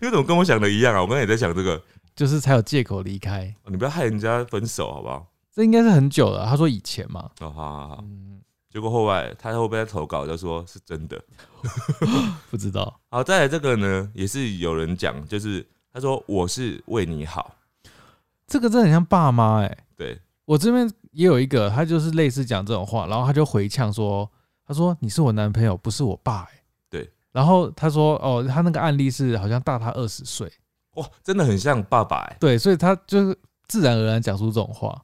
Speaker 2: 你怎么跟我想的一样啊？我刚才也在想这个，哦
Speaker 1: 就是才有借口离开。
Speaker 2: 你不要害人家分手好不好？
Speaker 1: 这应该是很久了，他说以前嘛，
Speaker 2: 哦，好好好。
Speaker 1: 嗯，
Speaker 2: 结果后来他后边在投稿就说是真的。
Speaker 1: 不知道。
Speaker 2: 好，再来这个呢，也是有人讲，就是他说我是为你好，
Speaker 1: 这个真的很像爸妈哎、
Speaker 2: 对，
Speaker 1: 我这边也有一个，他就是类似讲这种话，然后他就回呛说：“他说你是我男朋友，不是我爸、欸。”
Speaker 2: 对。
Speaker 1: 然后他说：“哦，他那个案例是好像大他二十岁，
Speaker 2: 哇，真的很像爸爸哎、
Speaker 1: 对，所以他就是自然而然讲出这种话。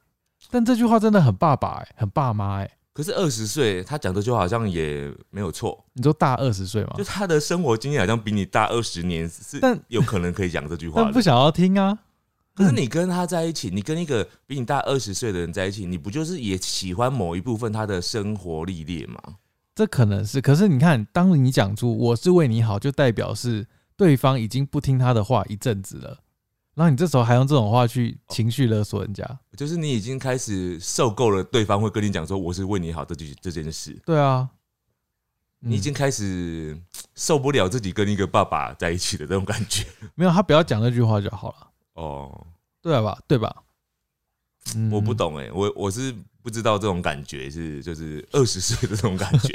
Speaker 1: 但这句话真的很爸爸、欸，很爸妈哎、
Speaker 2: 可是二十岁他讲的就好像也没有错，
Speaker 1: 你说大二十岁吗
Speaker 2: 就？他的生活经验好像比你大二十年，是
Speaker 1: 但
Speaker 2: 有可能可以讲这句话
Speaker 1: 但不
Speaker 2: 的。
Speaker 1: 想要听啊，
Speaker 2: 可是你跟他在一起，你跟一个比你大二十岁的人在一起，你不就是也喜欢某一部分他的生活历练吗？
Speaker 1: 这可能是。可是你看，当你讲出“我是为你好”，就代表是对方已经不听他的话一阵子了，然后你这时候还用这种话去情绪勒索人家，
Speaker 2: 就是你已经开始受够了对方会跟你讲说我是为你好这句这件事，
Speaker 1: 对啊，嗯
Speaker 2: 你已经开始受不了自己跟一个爸爸在一起的这种感觉。
Speaker 1: 嗯没有他不要讲那句话就好了，
Speaker 2: 哦，
Speaker 1: 对吧？对吧？嗯
Speaker 2: 我不懂哎、我我是不知道这种感觉是就是二十岁的这种感觉，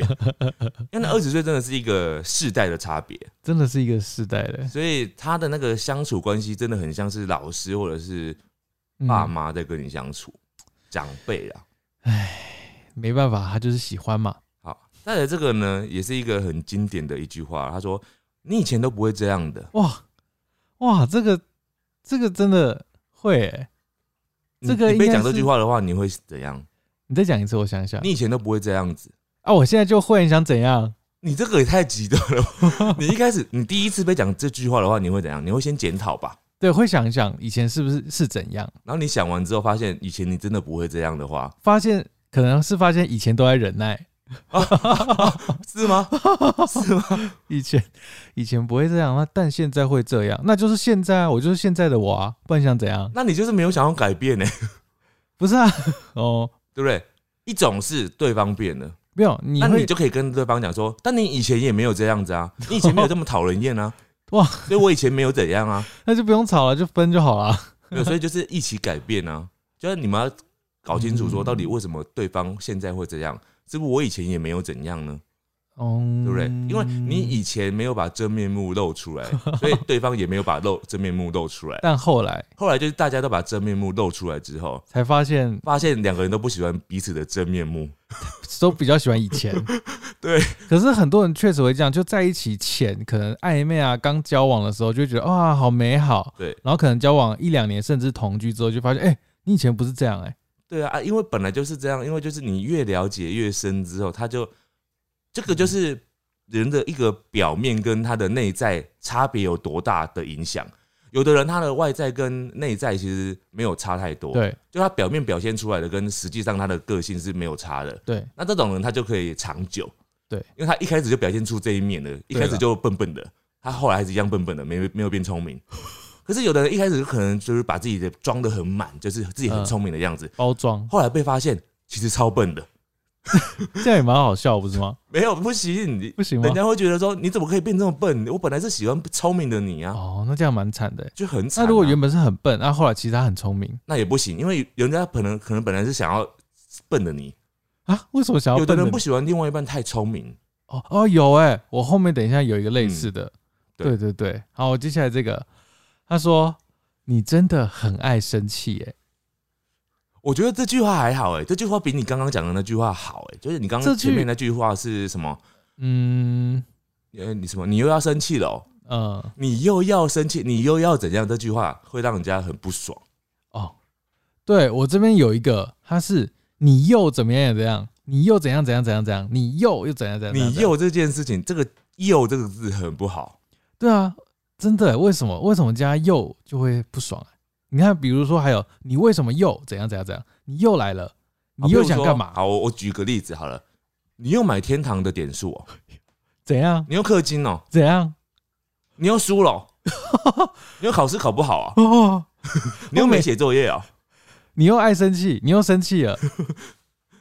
Speaker 2: 因为那二十岁真的是一个世代的差别，
Speaker 1: 嗯真的是一个世代的
Speaker 2: 所以他的那个相处关系真的很像是老师或者是爸，妈在跟你相处，长辈啊。
Speaker 1: 嗯没办法，他就是喜欢嘛。
Speaker 2: 好，再来这个呢，也是一个很经典的一句话，他说：“你以前都不会这样的。”
Speaker 1: 哇哇，这个这个真的会、欸，
Speaker 2: 你
Speaker 1: 这个
Speaker 2: 你被
Speaker 1: 应该
Speaker 2: 讲这
Speaker 1: 是
Speaker 2: 句话的话，你会怎样？
Speaker 1: 你再讲一次，我想想
Speaker 2: 你以前都不会这样子，
Speaker 1: 啊，我现在就会，你想怎样？
Speaker 2: 你这个也太极端了吧。 你一开始，你第一次被讲这句话的话，你会怎样？你会先检讨吧。
Speaker 1: 对，会想一想以前是不是是怎样，
Speaker 2: 然后你想完之后，发现以前你真的不会这样的话，
Speaker 1: 发现可能是发现以前都在忍耐，
Speaker 2: 是吗？ 是吗？
Speaker 1: 以前以前不会这样，那但现在会这样，那就是现在啊，我就是现在的我啊，不然想怎样？
Speaker 2: 那你就是没有想要改变呢、
Speaker 1: 不是啊，哦，
Speaker 2: 对不对？一种是对方变了，
Speaker 1: 没有，你
Speaker 2: 那
Speaker 1: 会
Speaker 2: 你就可以跟对方讲说：“但你以前也没有这样子啊，你以前没有这么讨人厌啊。”
Speaker 1: 哇
Speaker 2: 哇，所以我以前没有怎样啊，
Speaker 1: 那就不用吵了，就分就好了。
Speaker 2: 没有，所以就是一起改变啊，就是你们要搞清楚说到底为什么对方现在会这样，是不是我以前也没有怎样呢？
Speaker 1: 嗯，
Speaker 2: 对不对？因为你以前没有把真面目露出来，所以对方也没有把露真面目露出来。
Speaker 1: 但后来
Speaker 2: 后来就是大家都把真面目露出来之后，
Speaker 1: 才发现
Speaker 2: 发现两个人都不喜欢彼此的真面目，
Speaker 1: 都比较喜欢以前。
Speaker 2: 对，
Speaker 1: 可是很多人确实会这样，就在一起前可能暧昧啊，刚交往的时候就会觉得哇好美好，
Speaker 2: 对
Speaker 1: 然后可能交往一两年甚至同居之后就发现，哎、你以前不是这样哎、
Speaker 2: 对啊，啊因为本来就是这样，因为就是你越了解越深之后，他就这个
Speaker 1: 嗯
Speaker 2: 就是人的一个表面跟他的内在差别有多大的影响。有的人他的外在跟内在其实没有差太多，，
Speaker 1: 对
Speaker 2: 就他表面表现出来的跟实际上他的个性是没有差的。
Speaker 1: 对，
Speaker 2: 那这种人他就可以长久，
Speaker 1: 对，
Speaker 2: 因为他一开始就表现出这一面了，一开始就笨笨的，他后来还是一样笨笨的，没没有变 聪明。可是有的人一开始可能就是把自己的装的很满，就是自己很
Speaker 1: 嗯
Speaker 2: 聪明的样子，
Speaker 1: 包装
Speaker 2: 后来被发现其实超笨的，
Speaker 1: 这样也蛮好笑，不是吗？
Speaker 2: 没有不行，你
Speaker 1: 不行吗
Speaker 2: 人？家会觉得说你怎么可以变这么笨？我本来是喜欢聪明的你啊，
Speaker 1: 哦，那这样蛮惨的、欸。
Speaker 2: 就很惨啊、
Speaker 1: 那如果原本是很笨，那、后来其实他很聪明
Speaker 2: 那也不行，因为人家可能可能本来是想要笨的你，
Speaker 1: 啊？为什么想要
Speaker 2: 有
Speaker 1: 笨的
Speaker 2: 的
Speaker 1: 你？
Speaker 2: 人不喜欢另外一半太聪明，
Speaker 1: 哦哦，有哎、我后面等一下有一个类似的，对
Speaker 2: 对
Speaker 1: 对对，好，我接下来这个，他说你真的很爱生气欸耶、
Speaker 2: 我觉得这句话还好哎、这句话比你刚刚讲的那句话好哎、就是你刚
Speaker 1: 这
Speaker 2: 刚
Speaker 1: 句
Speaker 2: 前面那句话是什么？
Speaker 1: 嗯
Speaker 2: 呃，你什么？你又要生气了、哦，
Speaker 1: 嗯
Speaker 2: 你又要生气，你又要怎样？这句话会让人家很不爽。
Speaker 1: 哦，对我这边有一个，他是你又怎么样怎样，你又怎样怎样怎样怎样，你又又怎样怎样怎样
Speaker 2: 你
Speaker 1: 怎样
Speaker 2: 又这件事情，这个“又”这个字很不好。
Speaker 1: 对啊，真的耶为什么为什么加又就会不爽、啊？你看，比如说还有你为什么又怎样怎样怎样，你又来了，
Speaker 2: 好
Speaker 1: 你又
Speaker 2: 啊譬如
Speaker 1: 想
Speaker 2: 说
Speaker 1: 干嘛？
Speaker 2: 好，我我举个例子好了，你又买天堂的点 数、哦，
Speaker 1: 怎样
Speaker 2: 你又氪金哦，
Speaker 1: 怎样
Speaker 2: 你又输了 哦、你又考试考不好啊、
Speaker 1: 哦。
Speaker 2: 你又没写作业哦，
Speaker 1: 你又爱生气，你又生气了，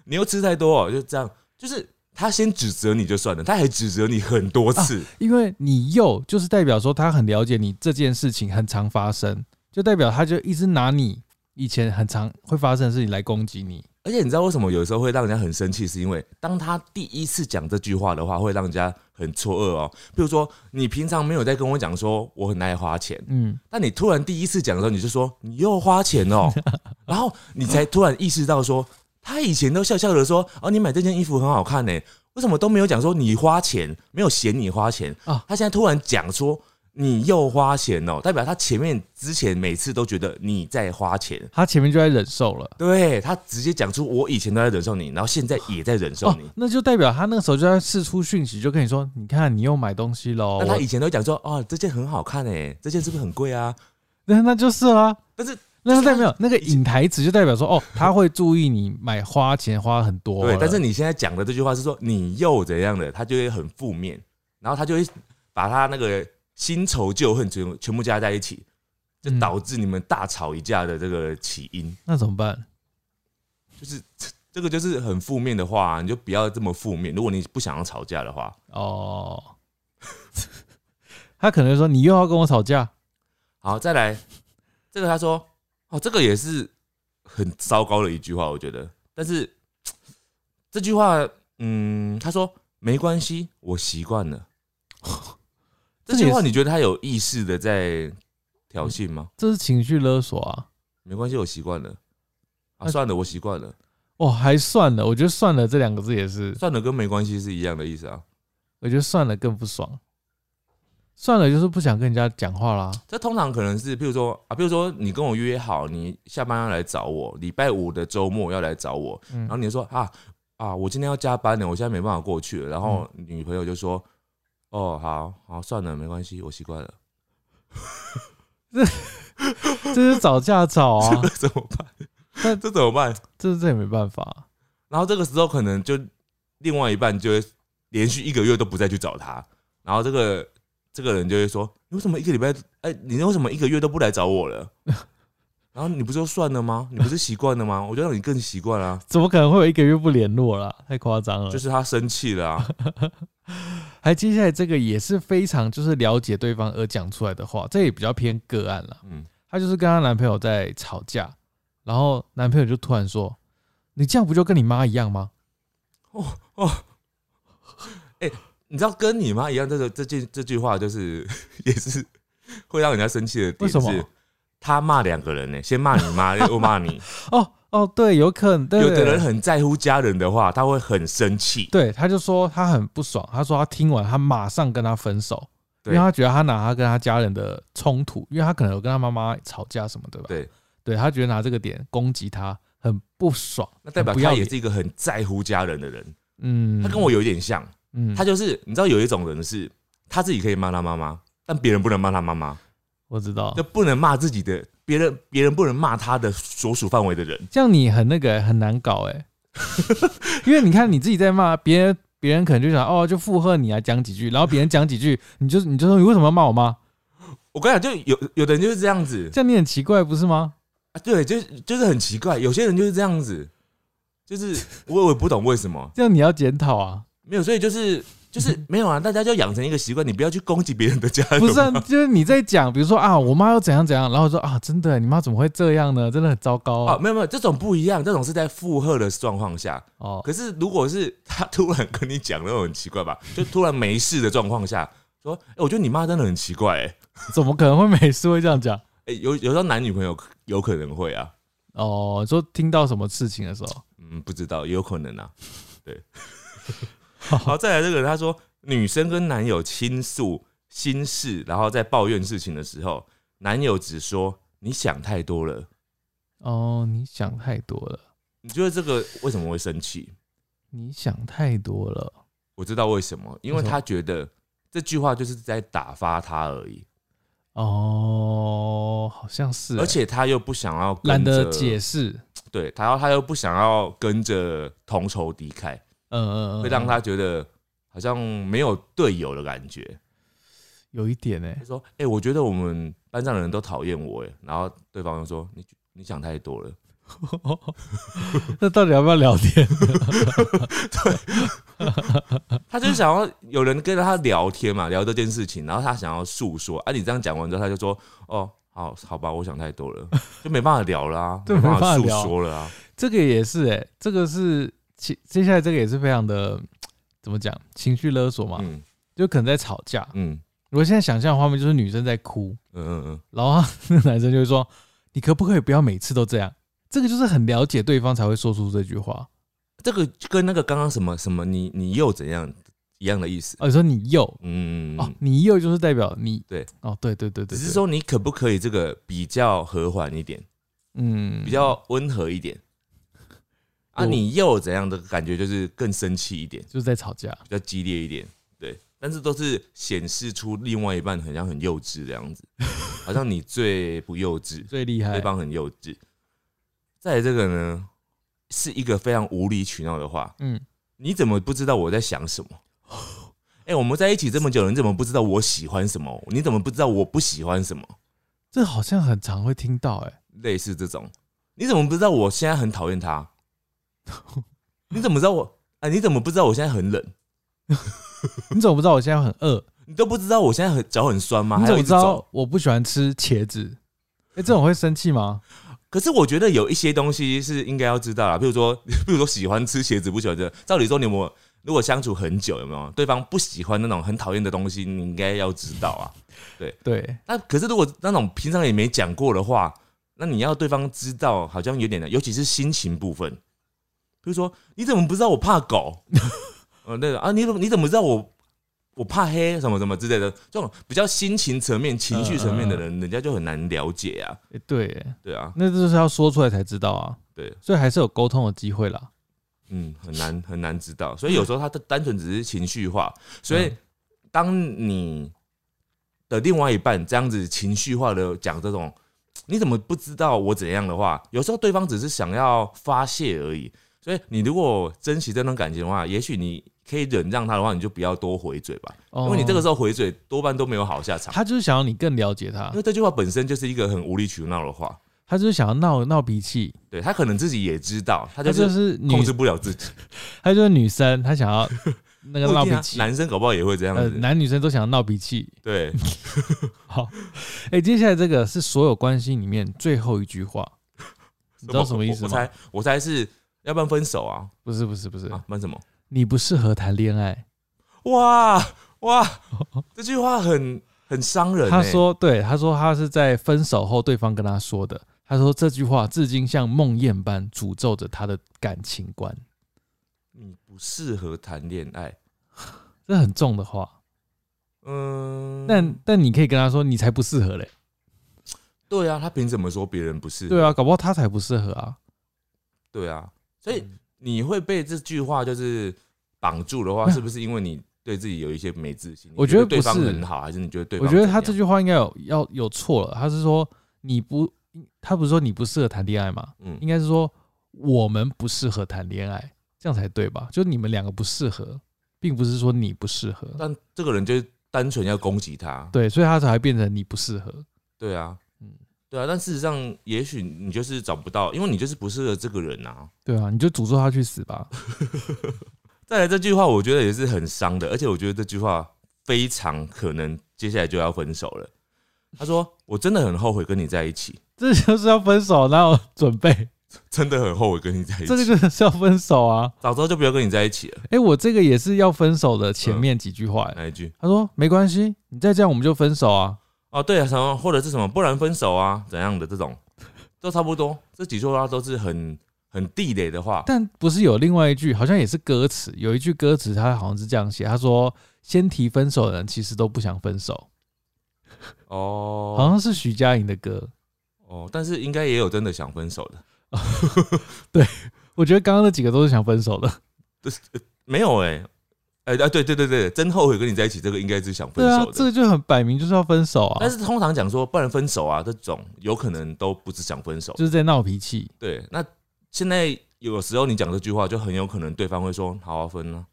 Speaker 2: 你又吃太多哦，就这样，就是。他先指责你就算了，他还指责你很多次，
Speaker 1: 因为你又就是代表说他很了解你这件事情很常发生，就代表他就一直拿你以前很常会发生的事情来攻击你。
Speaker 2: 而且你知道为什么有时候会让人家很生气，是因为当他第一次讲这句话的话，会让人家很错愕哦。比如说，你平常没有在跟我讲说我很爱花钱，
Speaker 1: 嗯，
Speaker 2: 但你突然第一次讲的时候，你就说你又花钱 哦，然后你才突然意识到说，他以前都笑笑的说哦，你买这件衣服很好欸看呢，为什么都没有讲说你花钱，没有嫌你花钱
Speaker 1: 啊
Speaker 2: 啊？他现在突然讲说你又花钱哦，代表他前面之前每次都觉得你在花钱，
Speaker 1: 他前面就在忍受了。
Speaker 2: 对他直接讲出我以前都在忍受你，然后现在也在忍受
Speaker 1: 哦
Speaker 2: 你。，
Speaker 1: 那就代表他那个时候就在试出讯息，就跟你说：“你看，你又买东西喽。
Speaker 2: 但他以前都讲说，哦，这件很好看诶，这件是不是很贵啊？
Speaker 1: 那”那就是啦、
Speaker 2: 但是
Speaker 1: 那是代表那个隐台词就代表说：“ 哦，他会注意你买花钱花很多。”
Speaker 2: 对，但是你现在讲的这句话是说你又怎样的，他就会很负面，然后他就会把他那个新仇旧恨全全部加在一起，就
Speaker 1: 嗯
Speaker 2: 导致你们大吵一架的这个起因，
Speaker 1: 那怎么办？
Speaker 2: 就是这这个就是很负面的话、你就不要这么负面。如果你不想要吵架的话，
Speaker 1: 哦， 他可能说：“你又要跟我吵架
Speaker 2: 好，再来这个他说哦，这个也是很糟糕的一句话，我觉得，但是这句话，嗯，他说没关系，我习惯了。
Speaker 1: 这
Speaker 2: 这
Speaker 1: 个
Speaker 2: 句
Speaker 1: 也
Speaker 2: 话
Speaker 1: 是
Speaker 2: 你觉得他有意识的在挑衅吗？”？
Speaker 1: 这是情绪勒索啊！
Speaker 2: 没关系，我习惯了。啊，
Speaker 1: 那
Speaker 2: 算了，我习惯了。
Speaker 1: 哦，还算了，我觉得算了这两个字也是，
Speaker 2: 算了，跟没关系是一样的意思啊。
Speaker 1: 我觉得算了更不爽。算了，就是不想跟人家讲话啦。
Speaker 2: 这通常可能是，譬如说啊，譬如说你跟我约好，你下班要来找我，礼拜五的周末要来找我，
Speaker 1: 嗯
Speaker 2: 然后你就说啊啊，我今天要加班呢，我现在没办法过去了。然后女朋友就说：“哦，好好算了，没关系，我习惯了。
Speaker 1: 这是找架吵啊
Speaker 2: 这，怎么办？
Speaker 1: 那
Speaker 2: 这怎么办？
Speaker 1: 这这也没办法。
Speaker 2: 然后这个时候可能就另外一半就会连续一个月都不再去找他，然后这个这个人就会说：“你为什么一个礼拜？哎、你为什么一个月都不来找我了？” 然后你不是说算了吗？你不是习惯了吗？我就让你更习惯了啊。
Speaker 1: 怎么可能会有一个月不联络啦？太夸张了。
Speaker 2: 就是他生气了啊，
Speaker 1: 还接下来这个也是非常就是了解对方而讲出来的话，这也比较偏个案了。
Speaker 2: 嗯，
Speaker 1: 她就是跟她男朋友在吵架，然后男朋友就突然说：“你这样不就跟你妈一样吗
Speaker 2: 你知道跟你妈一样，这个这句这句话就是 也是会让人家生气的点
Speaker 1: 为什么
Speaker 2: 是，他骂两个人呢、先骂你妈，又骂你。？”
Speaker 1: 哦哦，对，有可 能，对
Speaker 2: 有的人很在乎家人的话，他会很生气。
Speaker 1: 对，他就说他很不爽，他说他听完他马上跟他分手，因
Speaker 2: 对
Speaker 1: 为他觉得他拿他跟他家人的冲突，因为他可能有跟他妈妈吵架什么，对吧？
Speaker 2: 对，
Speaker 1: 对他觉得拿这个点攻击他很不爽，
Speaker 2: 那代表
Speaker 1: 很不要
Speaker 2: 他
Speaker 1: 脸
Speaker 2: 也是一个很在乎家人的人。
Speaker 1: 嗯，
Speaker 2: 他跟我有一点像，
Speaker 1: 嗯，
Speaker 2: 他就是你知道有一种人是，他自己可以骂他妈妈，但别人不能骂他妈妈，
Speaker 1: 我知道
Speaker 2: 就，不能骂自己的别人，别人不能骂他的所属范围的人。
Speaker 1: 这样你很那个欸、很难搞哎、 因为你看你自己在骂别人，别人可能就想哦，就附和你啊，讲几句，然后别人讲几句，你就你就说你为什么要骂我妈？
Speaker 2: 我跟你讲，就有有的人就是这样子，
Speaker 1: 这样你很奇怪不是吗？
Speaker 2: 啊，对，就是就是很奇怪，有些人就是这样子，就是我我也不懂为什么
Speaker 1: 这样你要检讨啊，
Speaker 2: 没有，所以就是就是没有啊，大家就养成一个习惯，你不要去攻击别人的家人，
Speaker 1: 不是、啊，就是你在讲，比如说啊，我妈又怎样怎样，然后我说啊，真的欸，你妈怎么会这样呢？真的很糟糕
Speaker 2: 啊，
Speaker 1: 啊。
Speaker 2: 没有没有，这种不一样，这种是在附和的状况下。
Speaker 1: 哦，
Speaker 2: 可是如果是 他突然跟你讲那种很奇怪吧，就突然没事的状况下说，哎、我觉得你妈真的很奇怪、欸，
Speaker 1: 怎么可能会每次会这样讲？
Speaker 2: 哎、有有时候男女朋友有可能会啊，
Speaker 1: 哦，说听到什么事情的时候，
Speaker 2: 嗯，不知道，也有可能啊，对。 好，再来这个人，他说女生跟男友倾诉心事，然后在抱怨事情的时候，男友只说你想太多了。
Speaker 1: 哦，你想太多了，
Speaker 2: 你觉得这个为什么会生气？
Speaker 1: 你想太多了。
Speaker 2: 我知道为什么，因为
Speaker 1: 为什么
Speaker 2: 他觉得这句话就是在打发他而已，
Speaker 1: 哦，好像是欸、
Speaker 2: 而且他又不想要跟
Speaker 1: 懒得
Speaker 2: 着
Speaker 1: 解释。
Speaker 2: 对，他要他又不想要跟着同仇敌忾，
Speaker 1: 嗯嗯嗯，
Speaker 2: 会让他觉得好像没有队友的感觉。
Speaker 1: 有一点哎、
Speaker 2: 他说：“哎、我觉得我们班上的人都讨厌我。”哎，然后对方就说：“你你想太多了。
Speaker 1: 那到底要不要聊天？”
Speaker 2: 他就是想要有人跟他聊天嘛，聊这件事情，然后他想要诉说。啊，你这样讲完之后，他就说：“哦，好好吧，我想太多了，就没办法聊 了、啊，
Speaker 1: 对
Speaker 2: 没办
Speaker 1: 没办
Speaker 2: 法
Speaker 1: 法
Speaker 2: 诉
Speaker 1: 聊
Speaker 2: 说了啊。
Speaker 1: 这个也是哎、这个是其接下来这个也是非常的怎么讲情绪勒索嘛，
Speaker 2: 嗯”
Speaker 1: 就可能在吵架。
Speaker 2: 嗯
Speaker 1: 我现在想象的画面就是女生在哭，
Speaker 2: 嗯嗯嗯
Speaker 1: 然后她那个男生就会说：“你可不可以不要每次都这样？”这个就是很了解对方才会说出这句话。
Speaker 2: 这个就跟那个刚刚什么什么你你又怎样一样的意思。
Speaker 1: 哦，你说你右，
Speaker 2: 嗯，
Speaker 1: 哦，你右就是代表你
Speaker 2: 对，
Speaker 1: 哦，对对对对，
Speaker 2: 只是
Speaker 1: 对，
Speaker 2: 说你可不可以这个比较和缓一点，
Speaker 1: 嗯，
Speaker 2: 比较温和一点啊？
Speaker 1: 我
Speaker 2: 你又怎样的感觉就是更生气一点，
Speaker 1: 就是在吵架，
Speaker 2: 比较激烈一点，对。但是都是显示出另外一半很像很幼稚的 样子，好像你最不幼稚，
Speaker 1: 最厉害
Speaker 2: 对，方很幼稚。再来这个呢，是一个非常无理取闹的话，
Speaker 1: 嗯，
Speaker 2: 你怎么不知道我在 想什么？哎、我们在一起这么久了，你怎么不知道我喜欢什么？你怎么不知道我不喜欢什么？
Speaker 1: 这好像很常会听到，哎，
Speaker 2: 类似这种，你怎么不知道我现在很讨 厌他？你怎么知道我？啊，你怎么不知道我现在很冷？
Speaker 1: 你怎么不知道我现在很饿？
Speaker 2: 你都不知道我现在很脚很酸吗？
Speaker 1: 你
Speaker 2: 还
Speaker 1: 怎
Speaker 2: 有
Speaker 1: 么
Speaker 2: 一
Speaker 1: 知
Speaker 2: 直走。
Speaker 1: 道我不喜欢吃茄子？哎，这种会生气 吗？
Speaker 2: 可是我觉得有一些东西是应该要知道啦，比如说，比如说喜欢吃茄子不喜欢吃，照理说你有没有如果相处很久有没有对方不喜欢那种很讨厌的东西，你应该要知道啊。
Speaker 1: 对，
Speaker 2: 那可是如果那种平常也没讲过的话，那你要对方知道，好像有点难，尤其是心情部分。比如说，你怎么不知道我怕狗？ 呃，那个啊，你怎么你怎么知道我我怕黑什么什么之类的？这种比较心情层面、情绪层面的人，人家就很难了解啊。
Speaker 1: 哎对，哎
Speaker 2: 对啊，
Speaker 1: 那就是要说出来才知道啊，
Speaker 2: 对，
Speaker 1: 所以还是有沟通的机会啦。
Speaker 2: 嗯，很难很难知道。所以有时候他的单纯只是情绪化，所
Speaker 1: 嗯
Speaker 2: 以当你的另外一半这样子情绪化的讲这种“你怎么不知道我怎样”的话，有时候对方只是想要发泄而已。所以你如果珍惜这段感情的话，也许你可以忍让他的话，你就不要多回嘴吧，因为你这个时
Speaker 1: 候，
Speaker 2: 候回嘴多半都没有好下场。
Speaker 1: 哦他就是想要你更了解他
Speaker 2: 因为，这句话本身就是一个很无理取闹的话，
Speaker 1: 他就是想要闹闹脾气，
Speaker 2: 对他可能自己也知道，他
Speaker 1: 他就
Speaker 2: 就
Speaker 1: 是是女
Speaker 2: 控，制不了自己。
Speaker 1: 他就是女生，他想 要那个
Speaker 2: 不一
Speaker 1: 闹
Speaker 2: 定
Speaker 1: 脾
Speaker 2: 啊
Speaker 1: 气，
Speaker 2: 男生搞不好也会这样
Speaker 1: 呃，
Speaker 2: 子。
Speaker 1: 男女生都想要闹脾气。
Speaker 2: 对，
Speaker 1: 好，哎，接下来这个是所有关系里面最后一句话，你知道什么意思
Speaker 2: 我我
Speaker 1: 吗
Speaker 2: 猜？我猜是要不然分手啊
Speaker 1: 不是不是不是，
Speaker 2: 啊，不然什么？
Speaker 1: 你不适合谈恋爱。
Speaker 2: 哇哇， 这句话很很伤人、欸。
Speaker 1: 他说，对，他说他是在分手后对方跟他说的。他说这句话至今像梦魇般诅咒着他的感情观，
Speaker 2: 你不适合谈恋爱。
Speaker 1: 这很重的话。
Speaker 2: 嗯，
Speaker 1: 但但你可以跟他说，你才不适合嘞。
Speaker 2: 对啊，他凭什么说别人不是？
Speaker 1: 对
Speaker 2: 啊，
Speaker 1: 啊，搞不好他才不适合啊。
Speaker 2: 对啊，所以你会被这句话就是绑住的话，
Speaker 1: 没有
Speaker 2: 是不是因为你对自己有一些没自信？你
Speaker 1: 嗯我觉
Speaker 2: 觉
Speaker 1: 得
Speaker 2: 对
Speaker 1: 不
Speaker 2: 方
Speaker 1: 是
Speaker 2: 很好，还是你觉得对
Speaker 1: 我
Speaker 2: 方？
Speaker 1: 觉得他这，句话应该有要有错了。他是说你不，他不是说你不适合谈恋爱吗？
Speaker 2: 嗯
Speaker 1: 应该是说我们不适合谈恋爱，这样才对吧？就你们两个不适合，并不是说你不适合。
Speaker 2: 但这个人就是单纯要攻击他。
Speaker 1: 对，所以他才会变成你不适合。
Speaker 2: 对啊，
Speaker 1: 嗯
Speaker 2: 嗯，对啊，但事实上，也许你就是找不到，因为你就是不适合这个人啊。
Speaker 1: 对啊，你就诅咒他去死吧。
Speaker 2: 再来这句话，我觉得也是很伤的，而且我觉得这句话非常可能接下来就要分手了。他说：“我真的很后悔跟你在一起，
Speaker 1: 这就是要分手，哪有准备？
Speaker 2: 真的很后悔跟你在一起。
Speaker 1: 这个就是要分手啊！
Speaker 2: 早知道就不要跟你在一起了。
Speaker 1: 哎、我这个也是要分手的前面几句话、”欸。
Speaker 2: 哪一句？
Speaker 1: 他说：“没关系，你再这样我们就分手啊。
Speaker 2: 哦，对啊，什么或者是什么，不然分手啊，怎样的这种，都差不多。这几句话都是很很地雷的话”。
Speaker 1: 但不是有另外一句，好像也是歌词，有一句歌词他好像是这样写，他说：“先提分手的人其实都不想分手。”好
Speaker 2: 哦
Speaker 1: 像是徐佳莹的歌。
Speaker 2: 哦，但是应该也有真的想分手的，
Speaker 1: 我觉得刚刚那几个都是想分手的。
Speaker 2: 没有哎、哎、啊，对对对对，真后悔跟你在一起，这个应该是想分
Speaker 1: 对啊
Speaker 2: 手，的
Speaker 1: 这。个就很摆明就是要分手啊，
Speaker 2: 但是通常讲说，不然分手啊，这种有可能都不是想分手。
Speaker 1: 就是在闹脾气。
Speaker 2: 对，那现在有时候你讲这句话，就很有可能对方会说好啊分啊，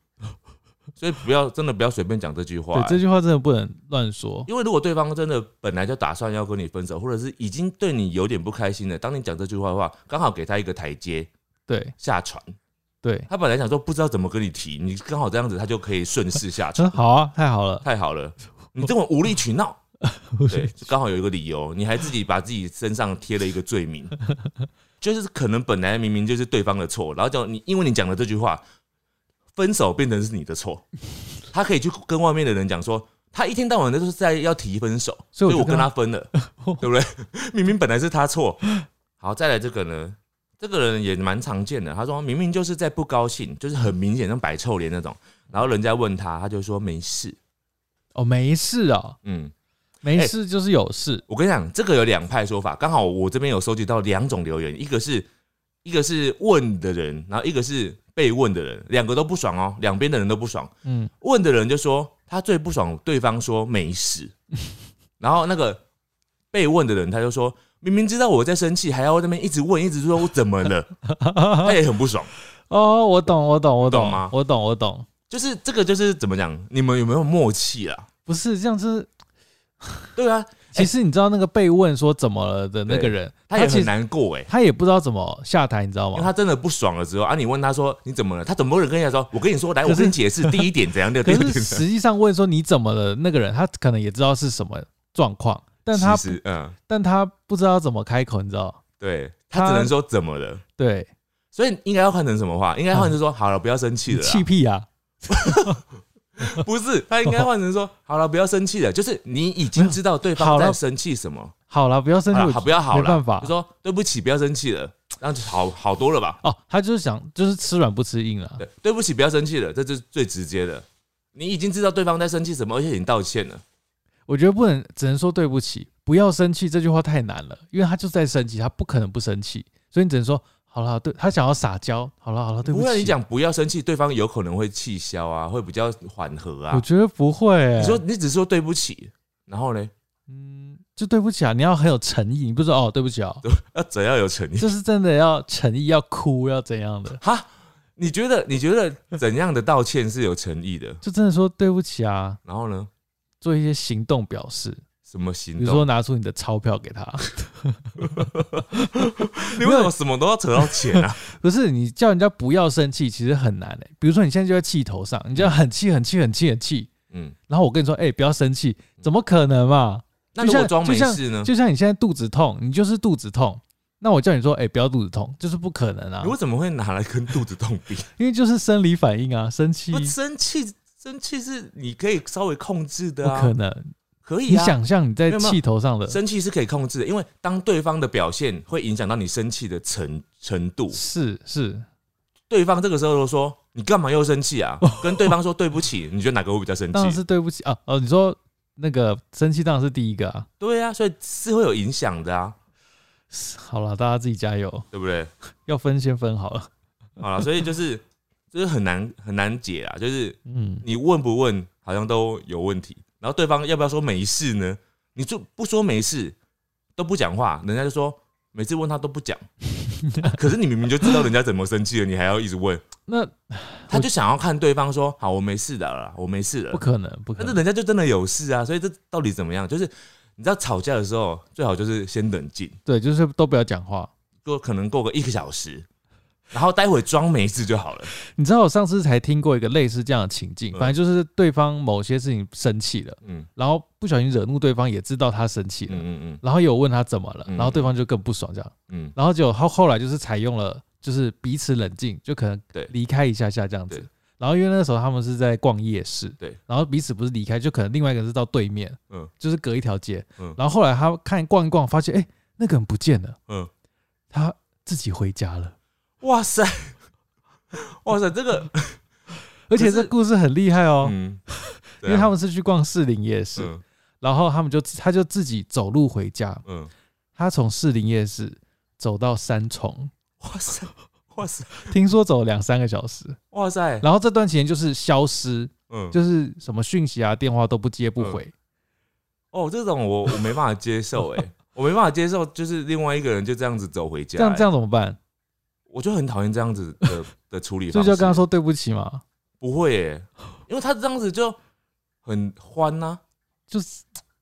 Speaker 2: 所以不要真的不要随便讲这句话、欸
Speaker 1: 对，这句话真的不能乱说。
Speaker 2: 因为如果对方真的本来就打算要跟你分手，或者是已经对你有点不开心了，当你讲这句话的话，刚好给他一个台阶
Speaker 1: 对
Speaker 2: 下船。
Speaker 1: 对，
Speaker 2: 他本来想说不知道怎么跟你提，你刚好这样子，他就可以顺势下船
Speaker 1: 嗯，。好啊，太好了。
Speaker 2: 太好了， 你这么无理取闹， 对，就刚好有一个理由，你还自己把自己身上贴了一个罪 名，就是可能本来明明就是对方的错，然后就你因为你讲了这句话，分手变成是你的错，他可以去跟外面的人讲说。他一天到晚都是在要提分手，
Speaker 1: 所
Speaker 2: 所
Speaker 1: 以我
Speaker 2: 以我
Speaker 1: 就跟
Speaker 2: 跟
Speaker 1: 他
Speaker 2: 他 分了，对不对？明明本来是他错。好，再来这个呢，这个人也蛮常见的。他说明明就是在不高兴，就是很明显像摆臭脸那种，然后人家问他，他就说没事。
Speaker 1: 哦，没事哦，
Speaker 2: 嗯，
Speaker 1: 没事就是有事。
Speaker 2: 我跟你讲，这个有两派说法，刚好我这边有收集到两种留言，一个是一个是问的人，然后一个是被问的人，两个都不爽哦，两边的人都不爽。
Speaker 1: 嗯，
Speaker 2: 问的人就说他最不爽对方说没 事，然后那个被问的人他就说明明知道我在生气，还要在那边一直问，一直说我怎么了， 他也很不爽。
Speaker 1: 哦，我懂，我懂，我
Speaker 2: 哎懂吗
Speaker 1: 我懂，我懂。
Speaker 2: 就是这个就是怎么讲，你们有没有默契啊？
Speaker 1: 不是这样子，
Speaker 2: 对啊，
Speaker 1: 其实你知道那个被问说怎么了的那个人，
Speaker 2: 他也
Speaker 1: 其
Speaker 2: 很
Speaker 1: 实
Speaker 2: 难过哎、
Speaker 1: 他也不知道怎么下台，你知道
Speaker 2: 因为
Speaker 1: 吗？
Speaker 2: 他真的不爽了之后啊，你问他说你怎么了，他怎么会跟人家说？我跟你说，来，
Speaker 1: 可是
Speaker 2: 我跟你 解释第一点怎样的，第
Speaker 1: 可
Speaker 2: 二点
Speaker 1: 是
Speaker 2: 怎样。
Speaker 1: 实际上问说你怎么了那个人，他可能也知道是什么状况，但他
Speaker 2: 其实嗯，
Speaker 1: 但他不知道怎么开口，你知道？
Speaker 2: 对
Speaker 1: 他
Speaker 2: 他只能说怎么了，
Speaker 1: 对，
Speaker 2: 所以应该要换成什么话？应该换成说好了，不要生气
Speaker 1: 你
Speaker 2: 了啦。
Speaker 1: 气屁啊！
Speaker 2: 不是，他应该换成说好了，不要生气了，就是你已经知道对
Speaker 1: 好
Speaker 2: 方
Speaker 1: 了
Speaker 2: 在生气什么，
Speaker 1: 好了，不要生气
Speaker 2: 好
Speaker 1: 我
Speaker 2: 了，好不要好了，
Speaker 1: 没办法
Speaker 2: 就说对不起，不要生气了，这样就好好多了吧？
Speaker 1: 哦。他就是想，就是吃软不吃硬啊了。
Speaker 2: 对，对不起，不要生气了，这就是最直接的。你已经知道对方在生气什么，而且你道歉了。
Speaker 1: 我觉得不能，只能说对不起，不要生气这句话太难了，因为他就在生气，他不可能不生气，所以你只能说好了，对他想要撒娇，好了好了，对
Speaker 2: 不啊
Speaker 1: 起。
Speaker 2: 然你，讲不要生气，对方有可能会气消啊，会比较缓和
Speaker 1: 我
Speaker 2: 啊。
Speaker 1: 觉得不会、欸。
Speaker 2: 你说你只说对不起，然后呢，
Speaker 1: 嗯，就对不起啊，你要很有诚意，你不是说哦对不起哦，
Speaker 2: 要啊怎样有诚意？
Speaker 1: 就是真的要诚意，要哭，要怎样的，
Speaker 2: 哈，你觉得你觉得怎样的道歉是有诚意的？
Speaker 1: 就真的说对不起啊，
Speaker 2: 然后呢，
Speaker 1: 做一些行动表示，
Speaker 2: 什么
Speaker 1: 比
Speaker 2: 行
Speaker 1: 如说
Speaker 2: 动？
Speaker 1: 拿出你的钞票给他，
Speaker 2: 你为什么什么都要扯到钱啊？
Speaker 1: 不是你叫人家不要生气，其实很难诶、比如说你现在就在气头上，你就很气很气很气很气，
Speaker 2: 嗯，
Speaker 1: 然后我跟你说，哎、不要生气，怎么可能嘛？
Speaker 2: 那
Speaker 1: 就
Speaker 2: 如
Speaker 1: 像
Speaker 2: 果装没
Speaker 1: 就像
Speaker 2: 事呢？
Speaker 1: 就像你现在肚子痛，你就是肚子痛。那我叫你说，哎、不要肚子痛，就是不可能啊
Speaker 2: 你，为什么会拿来跟肚子痛 比？
Speaker 1: 因为就是生理反应啊，生气
Speaker 2: 不生气，生气是你可以稍微控制
Speaker 1: 不
Speaker 2: 的啊，
Speaker 1: 可能。
Speaker 2: 可以
Speaker 1: 你
Speaker 2: 啊。
Speaker 1: 想象你在
Speaker 2: 没有没有
Speaker 1: 气头上的
Speaker 2: 生气是可以控制的，因为当对方的表现会影响到你生气的程程度。
Speaker 1: 是是，
Speaker 2: 对方这个时候就说：“你干嘛又生气啊？”跟对方说对不起，你觉得哪个会比较生
Speaker 1: 哦当然
Speaker 2: 气？
Speaker 1: 是对不起啊。哦，你说那个生气当然是第一个啊。
Speaker 2: 对啊，所以是会有影响的啊，
Speaker 1: 是好了，大家自己加油，
Speaker 2: 对 不对？
Speaker 1: 要分先分好了。
Speaker 2: 好了，所以就是就是很难很难解啊，就是
Speaker 1: 嗯，
Speaker 2: 你问不问好像都有问题，然后对方要不要说没事呢？你就不说没事，都不讲话，人家就说每次问他都 不讲、啊可是你明明就知道人家怎么生气了，你还要一直问，
Speaker 1: 那
Speaker 2: 他就想要看对方说好，我没事的了啦，我没事
Speaker 1: 不
Speaker 2: 了。
Speaker 1: 可能，不可
Speaker 2: 但是
Speaker 1: 能。
Speaker 2: 人家就真的有事啊，所以这到底怎么样？就是你知道吵架的时候最好就是先冷静，
Speaker 1: 对，就是都不要讲话。
Speaker 2: 过可能过个一个小时，然后待会装没事就好了。
Speaker 1: 你知道我上次才听过一个类似这样的情境，
Speaker 2: 嗯
Speaker 1: 反正就是对方某些事情生气了，
Speaker 2: 嗯
Speaker 1: 然后不小心惹怒对方，也知道他生气了，
Speaker 2: 嗯嗯嗯
Speaker 1: 然后有问他怎么了，
Speaker 2: 嗯
Speaker 1: 然后对方就更不爽这样，
Speaker 2: 嗯，
Speaker 1: 然后就后后来就是采用了就是彼此冷静，就可能
Speaker 2: 对
Speaker 1: 离开一下下这样子
Speaker 2: 对。
Speaker 1: 然后因为那时候他们是在逛夜市，
Speaker 2: 对，
Speaker 1: 然后彼此不是离开，就可能另外一个人是到对面，嗯
Speaker 2: 嗯，
Speaker 1: 就是隔一条街，
Speaker 2: 嗯
Speaker 1: 然后后来他看逛一逛，发现哎、诶那个人不见了，
Speaker 2: 嗯
Speaker 1: 他自己回家了，
Speaker 2: 哇塞，哇塞，这个，
Speaker 1: 而且
Speaker 2: 可是
Speaker 1: 这故事很厉害哦，
Speaker 2: 嗯，
Speaker 1: 因为他们是去逛士林夜市，
Speaker 2: 是，
Speaker 1: 然后他们就他就自己走路回家，
Speaker 2: 啊嗯，
Speaker 1: 他从士林夜市走到三重，
Speaker 2: 哇塞，哇塞，
Speaker 1: 听说走了两三个小时，
Speaker 2: 哇塞，
Speaker 1: 然后这段期间就是消失，
Speaker 2: 嗯，就
Speaker 1: 就是什么讯息啊、电话都不接不回，
Speaker 2: 哦，这种我我没办法接受，哎，我没办法接受，就是另外一个人就这样子走回家，
Speaker 1: 这样
Speaker 2: 哎
Speaker 1: 这样怎么办？
Speaker 2: 我就很讨厌这样子的的处理
Speaker 1: 所
Speaker 2: 方
Speaker 1: 以
Speaker 2: 式，
Speaker 1: 就要跟他说对不起嘛，
Speaker 2: 不会耶，因为他这样子就很欢呐、
Speaker 1: 就是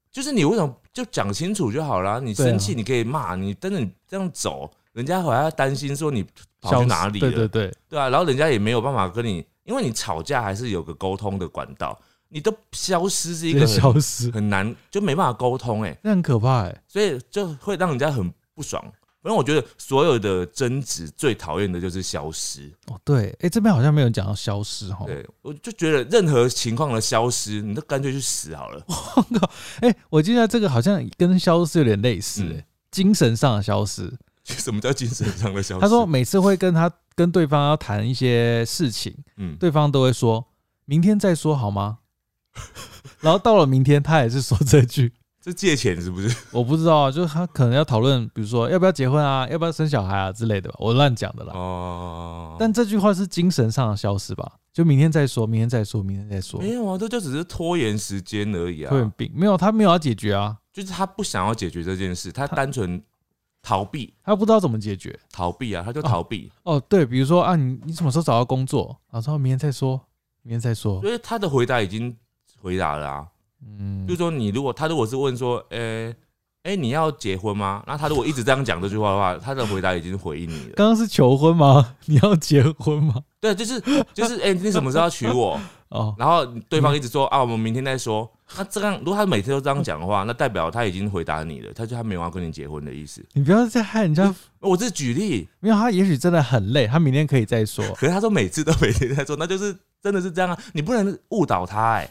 Speaker 2: 就是你为什么就讲清楚就好啦？你
Speaker 1: 对啊
Speaker 2: 生气你可以骂你，但是你这样走，人家还要担心说你跑
Speaker 1: 消
Speaker 2: 去
Speaker 1: 失
Speaker 2: 哪里了，
Speaker 1: 对对对，
Speaker 2: 对啊，然后人家也没有办法跟你，因为你吵架还是有个沟通的管道，你都消失是一
Speaker 1: 直
Speaker 2: 个
Speaker 1: 接
Speaker 2: 很
Speaker 1: 消失，
Speaker 2: 很难，就没办法沟通哎、
Speaker 1: 那很可怕哎、
Speaker 2: 所以就会让人家很不爽。反正我觉得所有的争执最讨厌的就是消失。
Speaker 1: 哦，对，哎、这边好像没有讲到消失哈。
Speaker 2: 对，我就觉得任何情况的消失，你都干脆去死好了。
Speaker 1: 哎、我记得这个好像跟消失有点类似、
Speaker 2: 嗯
Speaker 1: 诶精神上的消失。
Speaker 2: 什么叫精神上的消失？
Speaker 1: 嗯他说每次会跟他跟对方要谈一些事情，
Speaker 2: 嗯，
Speaker 1: 对方都会说明天再说好吗？ 然后到了明天，他也是说这句，
Speaker 2: 这借钱是不是？
Speaker 1: 我不知道啊，就是他可能要讨论，比如说要不要结婚啊，要不要生小孩啊之类的吧，我乱讲的啦。
Speaker 2: 哦，
Speaker 1: 但这句话是精神上的消失吧？就明天再说，明天再说，明天再说，
Speaker 2: 没有啊，这就只是拖延时间而已啊
Speaker 1: 会。很病。没有，他没有要解决啊，
Speaker 2: 就是他不想要解决这件事，他
Speaker 1: 他
Speaker 2: 单纯逃避，
Speaker 1: 他不知道怎么解决。
Speaker 2: 逃避啊，他就
Speaker 1: 哦
Speaker 2: 逃避。
Speaker 1: 哦，对，比如说啊，你你什么时候找到工作？然后说明天再说，明天再说
Speaker 2: 因。为他的回答已经回答了啊，
Speaker 1: 嗯
Speaker 2: 就是，说你如果他如果是问说，呃、哎、你要结婚吗？那他如果一直这样讲这句话的话，他的回答已经回应你了。
Speaker 1: 刚刚是求婚吗？ 你要结婚吗？
Speaker 2: 对，就是就是，哎、你什么时候要娶我？
Speaker 1: 哦，
Speaker 2: 然后对方一直说啊，我们明天再说。那这样，如果他每天都这样讲的话，那代表他已经回答你了，他就他没有要跟你结婚的意思。
Speaker 1: 你不要再害人家。
Speaker 2: 我这是举例，
Speaker 1: 没有，他也许真的很累，他明天可以再说。
Speaker 2: 可是他说每次都每天在做，那就是真的是这样啊！你不能误导他哎、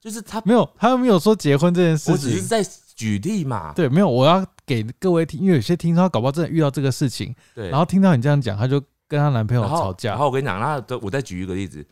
Speaker 2: 就是他，
Speaker 1: 没有，他又没有说结婚这件
Speaker 2: 我
Speaker 1: 事
Speaker 2: 只是
Speaker 1: 情。
Speaker 2: 在举例嘛。
Speaker 1: 对，没有，我要给各位听，因为有些听众他搞不好真的遇到这个事情，
Speaker 2: 对，
Speaker 1: 然后听到你这样讲，他就跟她男朋友
Speaker 2: 然后
Speaker 1: 吵架
Speaker 2: 然。后我跟你讲，那我再举一个例子，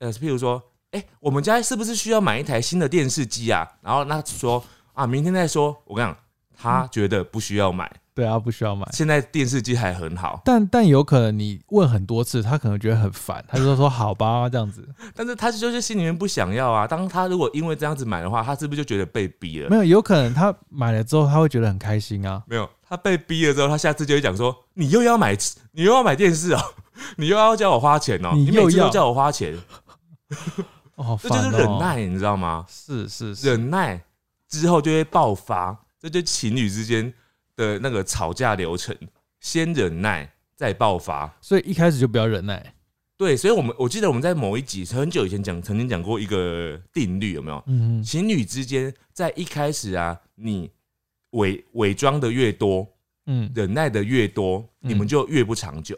Speaker 2: 呃，譬如说，哎、我们家是不是需要买一台新的电视机啊？然后那说啊，明天再说。我跟你讲，他觉得不需要买，
Speaker 1: 对啊，不需要买。
Speaker 2: 现在电视机还很好，
Speaker 1: 但但有可能你问很多次，他可能觉得很烦，他就 说好吧这样子。
Speaker 2: 但是他就是心里面不想要啊。当他如果因为这样子买的话，他是不是就觉得被逼了？
Speaker 1: 没有，有可能他买了之后他会觉得很开心啊。
Speaker 2: 没有，他被逼了之后，他下次就会讲说：“你又要买，你又要买电视哦， 你又要叫我花钱哦，
Speaker 1: 你
Speaker 2: 你每
Speaker 1: 又
Speaker 2: 次都
Speaker 1: 要
Speaker 2: 叫我花钱，
Speaker 1: 哦，好
Speaker 2: 这
Speaker 1: 烦
Speaker 2: 就
Speaker 1: 哦
Speaker 2: 是忍。耐，你知道吗？
Speaker 1: 是是是，
Speaker 2: 忍耐之后就会爆发，这就是情侣之间的那个吵架流程，先忍耐再爆发。
Speaker 1: 所以一开始就不要忍耐。
Speaker 2: 对，所以我们我记得我们在某一集很久以前讲，曾经讲过一个定律，有没有？
Speaker 1: 嗯，
Speaker 2: 情侣之间在一开始啊，你伪伪装的越多，
Speaker 1: 嗯，
Speaker 2: 忍耐的越多，
Speaker 1: 嗯
Speaker 2: 你们就越不长久。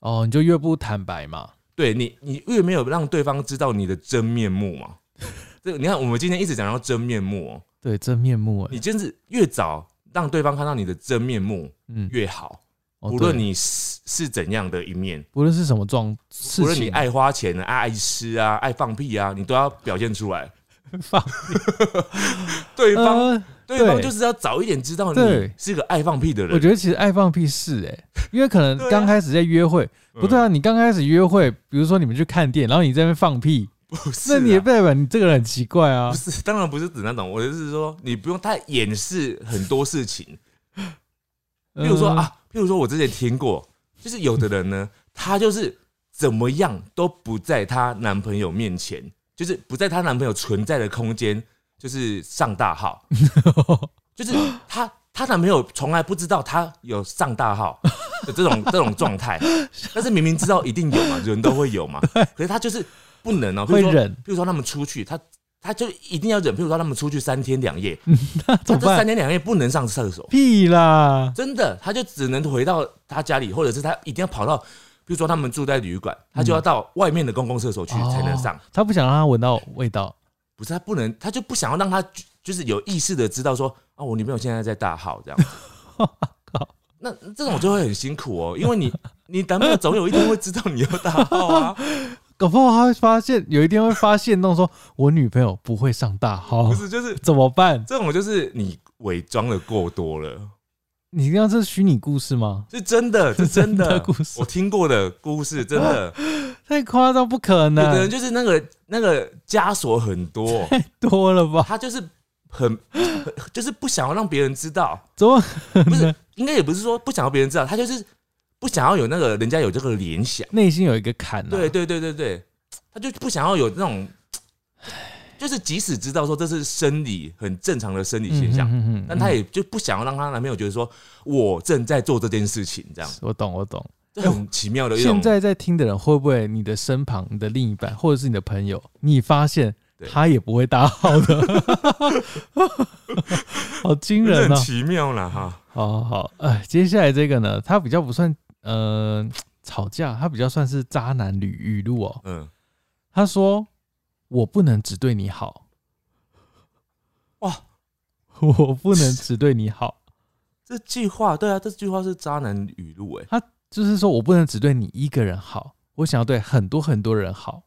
Speaker 1: 哦，你就越不坦白嘛。
Speaker 2: 对你，你越没有让对方知道你的真面目嘛。 这你看，我们今天一直讲到真面目、哦，
Speaker 1: 对，真面目哎、
Speaker 2: 你真是越早让对方看到你的真面目
Speaker 1: 嗯，
Speaker 2: 越好，
Speaker 1: 哦
Speaker 2: 无
Speaker 1: 对
Speaker 2: 论你是是怎样的一面，
Speaker 1: 不论是什么状事
Speaker 2: 无论
Speaker 1: 情，
Speaker 2: 你爱花钱啊、爱吃啊、爱放屁啊，你都要表现出来。
Speaker 1: 放
Speaker 2: 对方、
Speaker 1: 呃，
Speaker 2: 对方
Speaker 1: 对
Speaker 2: 就是要早一点知道
Speaker 1: 对
Speaker 2: 你是个爱放屁的人。
Speaker 1: 我觉得其实爱放屁是哎、因为可能
Speaker 2: 对啊
Speaker 1: 刚开始在约会，
Speaker 2: 嗯
Speaker 1: 不对啊，你刚开始约会，比如说你们去看店，然后你在那边放屁，
Speaker 2: 不是
Speaker 1: 那
Speaker 2: 啊，
Speaker 1: 你也代表你这个人很奇怪啊
Speaker 2: 不。是，当然不是指那种，我就是说你不用太掩饰很多事情。
Speaker 1: 比
Speaker 2: 譬如说，啊，譬如说我之前听过，就是有的人呢，她就是怎么样都不在她男朋友面前，就是不在她男朋友存在的空间，就是上 大号，就是她她男朋友从来不知道她有上大号的这种这种 状态，但是明明知道一定有嘛，人都会有嘛，可是她就是不能哦、譬
Speaker 1: 会
Speaker 2: 如说，
Speaker 1: 忍
Speaker 2: 譬如说他们出去，她她就一定要忍，譬如说他们出去三天两夜，
Speaker 1: 那
Speaker 2: 她
Speaker 1: 怎么
Speaker 2: 这三
Speaker 1: 办？
Speaker 2: 天两夜不能上厕所。
Speaker 1: 屁啦！
Speaker 2: 真的，他就只能回到他家里，或者是他一定要跑到，比如说他们住在旅馆，他就要到外面的公共厕所去才能上。
Speaker 1: 哦他不想让他闻到味道，
Speaker 2: 不是他不能，他就不想要让他就就是有意识的知道说啊，我女朋友现在在大号 这样子。那这种就会很辛苦哦，因为你 你男朋友总有一天会知道你要大号 啊，
Speaker 1: 搞不好他会发现，有一天会发现，弄说我女朋友不会上大号
Speaker 2: 不，是就是
Speaker 1: 怎么办？
Speaker 2: 这种就是你伪装的过多了，
Speaker 1: 你这样是虚拟故事吗？
Speaker 2: 是真的，是
Speaker 1: 真
Speaker 2: 真
Speaker 1: 的
Speaker 2: 的
Speaker 1: 故事
Speaker 2: 我听过的故事 真的，
Speaker 1: 太夸张，不可
Speaker 2: 有的人
Speaker 1: 能，
Speaker 2: 就是那个那个枷锁很多。
Speaker 1: 多了吧？
Speaker 2: 他就是很， 很就是不想要让别人知道，
Speaker 1: 怎么
Speaker 2: 不是，应该也不是说不想要别人知道，他就是不想要有那个人家有这个联想。
Speaker 1: 内心有一个坎啊呢、
Speaker 2: 对，对对对对，他就不想要有 那种，就是即使知道说这是生理很正常的生理现象，
Speaker 1: 嗯
Speaker 2: 但他也就不想要让她男朋友觉得说我正在做这件事情，这样
Speaker 1: 我懂，我懂。
Speaker 2: 这很奇妙的一种
Speaker 1: 现。在在听的人，会不会你的身旁、你的另一半，或者是你的朋友，你发现
Speaker 2: 对
Speaker 1: 他也不会搭好的， 好惊
Speaker 2: 真的
Speaker 1: 人
Speaker 2: 很
Speaker 1: 哦！
Speaker 2: 奇妙了哈，
Speaker 1: 好好好，哎，接下来这个呢，它比较不算呃吵架，它比较算是渣男语语录哦。
Speaker 2: 嗯，
Speaker 1: 他说：“我不能只对你好，
Speaker 2: 哇，
Speaker 1: 我不能只对你好，
Speaker 2: 这句话对啊，这句话是渣男语录哎、
Speaker 1: 就是说我不能只对你一个人好，我想要对很多很多人好。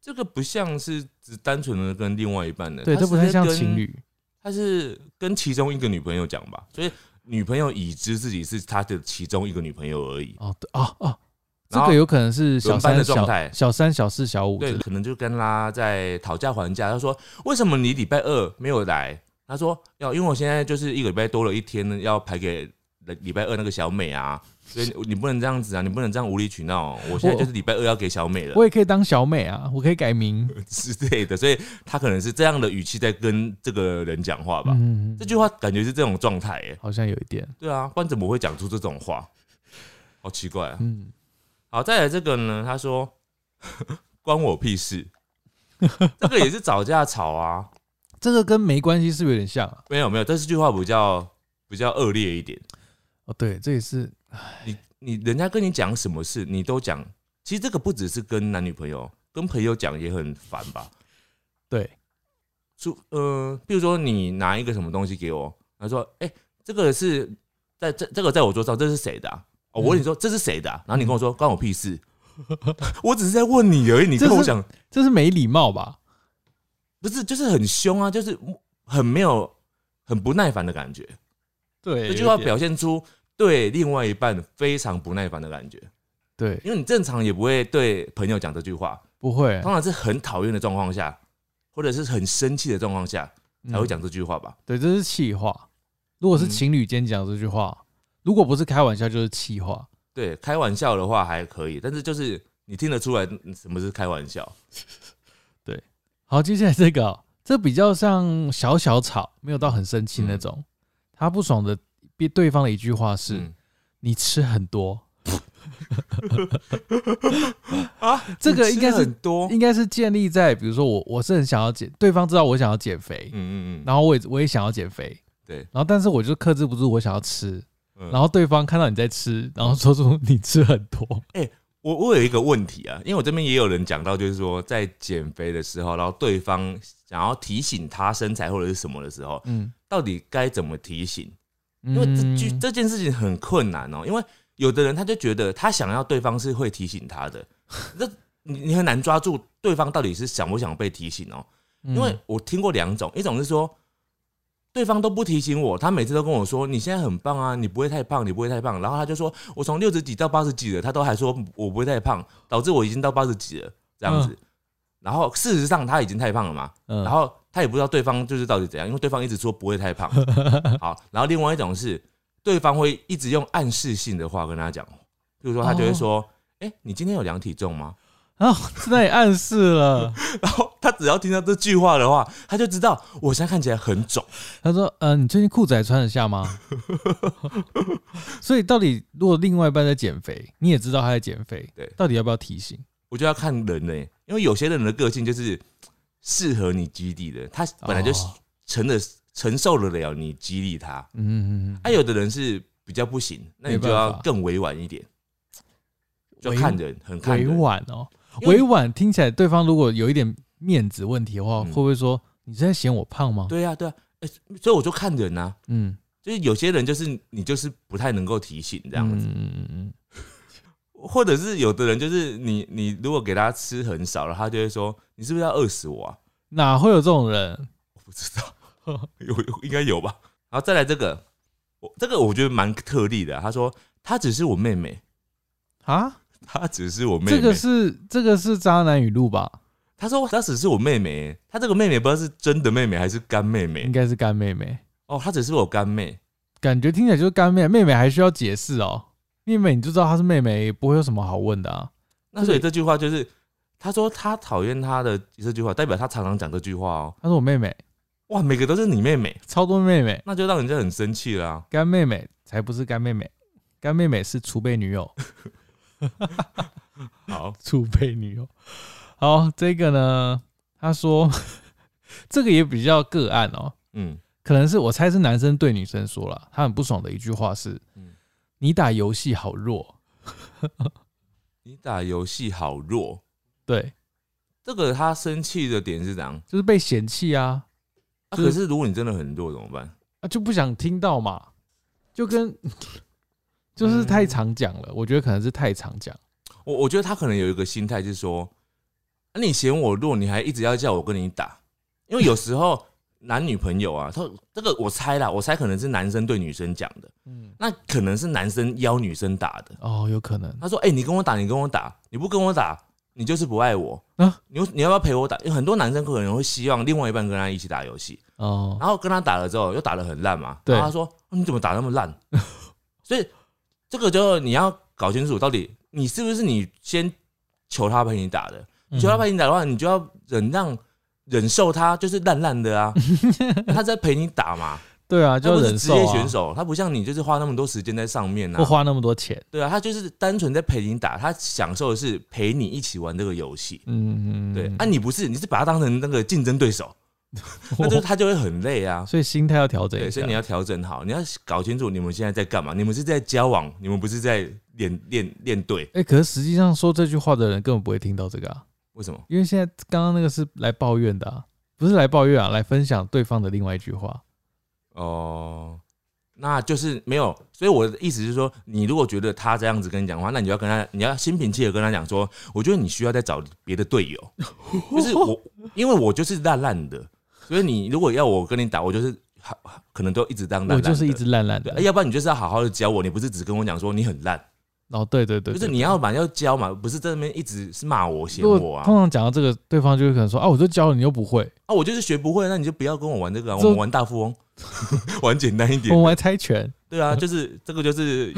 Speaker 2: 这个不像是只单纯的跟另外一半的，
Speaker 1: 对，
Speaker 2: 他
Speaker 1: 这不
Speaker 2: 是
Speaker 1: 太
Speaker 2: 在
Speaker 1: 像
Speaker 2: 跟
Speaker 1: 情，侣。
Speaker 2: 他是跟其中一个女朋友讲吧，所以女朋友已知自己是他的其中一个女朋友而已，
Speaker 1: 哦，对，哦哦，这
Speaker 2: 然后
Speaker 1: 个有可能是小
Speaker 2: 轮班
Speaker 1: 三、
Speaker 2: 的状
Speaker 1: 小
Speaker 2: 态
Speaker 1: 小三、小四、小五之
Speaker 2: 对，
Speaker 1: 类的。
Speaker 2: 可能就跟他在讨价还价。他说：“为什么你礼拜二没有来？”他说：“要因为我现在就是一个礼拜多了一天呢，要排给礼拜二那个小 美啊，所以你不能这样子啊，你不能这样无理取闹。我现在就是礼拜二要给小美了
Speaker 1: 我也可以当小美啊，我可以改名。
Speaker 2: 之类的。”所以他可能是这样的语气在跟这个人讲话吧。
Speaker 1: 嗯，
Speaker 2: 这句话感觉是这种状态耶。
Speaker 1: 好像有一点，
Speaker 2: 对啊，不然怎么会讲出这种话？好奇怪啊！
Speaker 1: 嗯，
Speaker 2: 好，再来这个呢，他说 关我屁事，这个也是吵架吵啊。
Speaker 1: 这个跟没关系是不是有点像啊？
Speaker 2: 没有没有，但是这句话比较比较恶劣一点。
Speaker 1: 哦，对，这也是
Speaker 2: 你你人家跟你讲什么事，你都讲。其实这个不只是跟男女朋友，跟朋友讲也很烦吧？
Speaker 1: 对，
Speaker 2: 就呃，比如说你拿一个什么东西给我，他说：“哎、这个是在这这个在我桌上，这是谁的、啊？”哦，
Speaker 1: 嗯
Speaker 2: 我问你说这是谁的啊、然后你跟我说关我屁事， 我只是在问你而已。你跟我讲
Speaker 1: 这是没礼貌吧？
Speaker 2: 不是，就是很凶啊，就是很没有很不耐烦的感觉。
Speaker 1: 对，
Speaker 2: 这句
Speaker 1: 有
Speaker 2: 话
Speaker 1: 点
Speaker 2: 表现出对另外一半非常不耐烦的感觉，
Speaker 1: 对，
Speaker 2: 因为你正常也不会对朋友讲这句话，
Speaker 1: 不会
Speaker 2: 通常是很讨厌的状况下，或者是很生气的状况下才会。讲这句话吧。
Speaker 1: 嗯对，这是气话。如果是
Speaker 2: 嗯
Speaker 1: 情侣间讲这句话，如果不是开玩笑就是气话。
Speaker 2: 对，开玩笑的话还可以，但是就是你听得出来嗯什么是开玩笑，
Speaker 1: 好，接下来这个哦、这比较像小小吵，没有到很生气那种。他不爽的对对方的一句话是：“
Speaker 2: 嗯
Speaker 1: 你吃很多。
Speaker 2: 啊，
Speaker 1: 这个
Speaker 2: 你吃
Speaker 1: 应该是
Speaker 2: 很多，
Speaker 1: 应该是建立在比如说我我是很想要减，对方知道我想要减肥，
Speaker 2: 嗯嗯嗯，
Speaker 1: 然后我也我也想要减肥，
Speaker 2: 对，
Speaker 1: 然后但是我就克制不住我想要吃，
Speaker 2: 嗯
Speaker 1: 然后对方看到你在吃，然后说出你吃很多，
Speaker 2: 我我有一个问题啊，因为我这边也有人讲到，就是说在减肥的时候，然后对方想要提醒他身材或者是什么的时候，
Speaker 1: 嗯，
Speaker 2: 到底该怎么提醒？
Speaker 1: 因
Speaker 2: 因为这
Speaker 1: 嗯
Speaker 2: 句这件事情很困难哦，因为有的人他就觉得他想要对方是会提醒他的，那你你很难抓住对方到底是想不想被提醒哦。
Speaker 1: 嗯
Speaker 2: 因为我听过两种，一种是说对方都不提醒我，他每次都跟我说你现在很棒啊，你不会太胖，你不会太胖，然后他就说我从六十几到八十几了，他都还说我不会太胖，导致我已经到八十几了这样子。然后事实上他已经太胖了嘛，
Speaker 1: 嗯
Speaker 2: 然后他也不知道对方就是到底怎样，因为对方一直说不会太胖。好，然后另外一种是对方会一直用暗示性的话跟他讲，比如说他就会说：“哎、你今天有量体重吗
Speaker 1: 啊，那也暗示 了，？”
Speaker 2: 然后他只要听到这句话的话，他就知道我现在看起来很肿。
Speaker 1: 他说：“呃，你最近裤子还穿得下 吗？”所以到底如果另外一半在减肥，你也知道他在减肥，
Speaker 2: 对
Speaker 1: 到底要不要提醒？
Speaker 2: 我就要看人呢、因为有些人的个性就是适合你激励的，他本来就
Speaker 1: 哦
Speaker 2: 承的承受得了你激励他。
Speaker 1: 嗯嗯嗯，
Speaker 2: 啊，有的人是比较不行，那你
Speaker 1: 没
Speaker 2: 就
Speaker 1: 办法
Speaker 2: 要更委婉一点，就
Speaker 1: 委
Speaker 2: 看人，很看
Speaker 1: 委
Speaker 2: 人。
Speaker 1: 婉哦，
Speaker 2: 因为
Speaker 1: 委婉听起来，对方如果有一点面子问题的话，
Speaker 2: 嗯
Speaker 1: 会不会说你是在嫌我胖吗？
Speaker 2: 对呀、对呀、哎，所以我就看人啊。
Speaker 1: 嗯，
Speaker 2: 就是有些人就是你就是不太能够提醒这
Speaker 1: 这
Speaker 2: 样子，
Speaker 1: 嗯嗯嗯嗯，
Speaker 2: 或者是有的人就是你你如果给他吃很少了，他就会说你是不是要饿死我啊？
Speaker 1: 哪会有这种人？
Speaker 2: 我不知道， 有有应该有吧。然后再来这个，我这个我觉得蛮特例的啊、他说她只是我妹妹，
Speaker 1: 啊，
Speaker 2: 她只是我妹妹。
Speaker 1: 这个是这个是渣男语录吧？
Speaker 2: 他说她只是我妹妹，她这个妹妹不知道是真的妹妹还是干妹
Speaker 1: 应
Speaker 2: 妹
Speaker 1: 该是干妹妹，
Speaker 2: 哦，她只是我干妹。
Speaker 1: 感觉听起来就是干妹妹妹还需要解释哦。妹妹，你就知道她是妹妹，也不会有什么好问的啊。
Speaker 2: 那所以这句话就是他说他讨厌她的这句话，代表他常常讲这句话哦。
Speaker 1: 她是我妹妹，
Speaker 2: 哇，每个都是你妹妹，
Speaker 1: 超多妹妹，
Speaker 2: 那就让人家很生气啦、
Speaker 1: 干妹妹才不是干妹妹，干妹妹是储备女友，
Speaker 2: 好，
Speaker 1: 储备女友。好，这个呢，他说这个也比较个案哦，
Speaker 2: 嗯，
Speaker 1: 可能是我猜是男生对女生说了，他很不爽的一句话是
Speaker 2: 嗯：“
Speaker 1: 你打游戏好弱。
Speaker 2: 你打游戏好弱，”
Speaker 1: 对，
Speaker 2: 这个他生气的点是怎样？
Speaker 1: 就是被嫌弃啊，
Speaker 2: 啊
Speaker 1: 就是
Speaker 2: 可是如果你真的很弱怎么办？
Speaker 1: 啊就不想听到嘛，就跟就是
Speaker 2: 嗯
Speaker 1: 太常讲了，我觉得可能是太常讲，
Speaker 2: 我我觉得他可能有一个心态，就是说那、你嫌我弱，你还一直要叫我跟你打，因为有 时候男女朋友啊，他这个我猜啦，我猜可能是男生对女生讲的，
Speaker 1: 嗯，
Speaker 2: 那可能是男生邀女生打的。
Speaker 1: 哦，有可能，
Speaker 2: 他说：“哎、你跟我打，你跟我打，你不跟我打，你就是不爱我。
Speaker 1: 啊
Speaker 2: 你你要不要陪我打？因为很多男生可能会希望另外一半跟他一起打游戏，
Speaker 1: 哦，
Speaker 2: 然后跟他打了之后又打得很烂嘛。
Speaker 1: 对
Speaker 2: 然后他说：哦你怎么打那么烂？ 所以这个就你要搞清楚，到底你是不是你先求他陪你打的？
Speaker 1: 嗯
Speaker 2: 求他陪你打的话，你就要忍让。”忍受他就是烂烂 的啊，他在陪你打嘛，
Speaker 1: 对啊，
Speaker 2: 他
Speaker 1: 就
Speaker 2: 不是
Speaker 1: 忍
Speaker 2: 职
Speaker 1: 受
Speaker 2: 业
Speaker 1: 啊哦
Speaker 2: 选，手，他不像你就是花那么多时间在上面啊，
Speaker 1: 不花那么多钱，
Speaker 2: 对啊，他就是单纯在陪你打，他享受的是陪你一起玩这个游戏。
Speaker 1: 嗯，
Speaker 2: 对，啊，你不是，你是把他当成那个竞争对 手，那就他就会很累啊。
Speaker 1: 所以心态要调整一
Speaker 2: 对，所
Speaker 1: 下
Speaker 2: 以你。要调整好，
Speaker 1: 啊
Speaker 2: 你要搞清楚你们现在在干嘛。你们是在交往，你们不是在练练练队。
Speaker 1: 哎、可是实际上说这句话的人根本不会听到这个啊，
Speaker 2: 为什么？
Speaker 1: 因为现在刚刚那个是来抱怨的啊，不是来抱怨啊，来分享对方的另外一句话。
Speaker 2: 哦、那就是没有。所以我的意思是说，你如果觉得他这样子跟你讲话，那你就要跟他，你要心平气和跟他讲说，我觉得你需要再找别的队 友，就是我，因为我就是烂烂的，所以你如果要我跟你打，我就是可能都一直当烂烂
Speaker 1: 我
Speaker 2: 的哎
Speaker 1: 就是一直烂烂
Speaker 2: 对啊
Speaker 1: 的，，
Speaker 2: 要不然你就是要好好的教我，你不是只跟我讲说你很烂，
Speaker 1: 哦，对对对，
Speaker 2: 就是
Speaker 1: 对
Speaker 2: 你要嘛要教嘛，不是在那边一直是骂我嫌
Speaker 1: 如
Speaker 2: 我
Speaker 1: 果通
Speaker 2: 啊，
Speaker 1: 常讲到这个，对方就会可能说啊，我就教了你又不会，
Speaker 2: 啊我就是学不会，那你就不要跟我玩这个、啊，
Speaker 1: 这
Speaker 2: 我们玩大富翁， 玩简单一
Speaker 1: 我
Speaker 2: 点
Speaker 1: 们，玩猜拳，
Speaker 2: 对啊，就是这个就是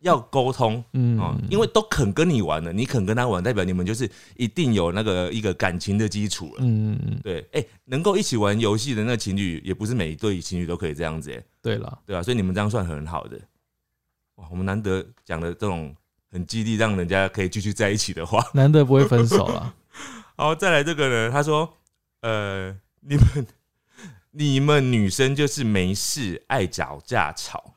Speaker 2: 要沟通。
Speaker 1: 嗯，
Speaker 2: 哦，因为都肯跟你玩了，你肯跟他玩，代表你们就是一定有那个一个感情的基础了。
Speaker 1: 嗯，嗯嗯，
Speaker 2: 对，哎、能够一起玩游戏的那个情侣，也不是每一对情侣都可以这样子、哎，
Speaker 1: 对了，
Speaker 2: 对啊，所以你们这样算很好的。哇，我们难得讲的这种很激励，让人家可以继续在一起的话。
Speaker 1: 难得不会分手 了，
Speaker 2: 好，再来这个呢，他说，呃，你们 你们女生就是没事爱找架吵，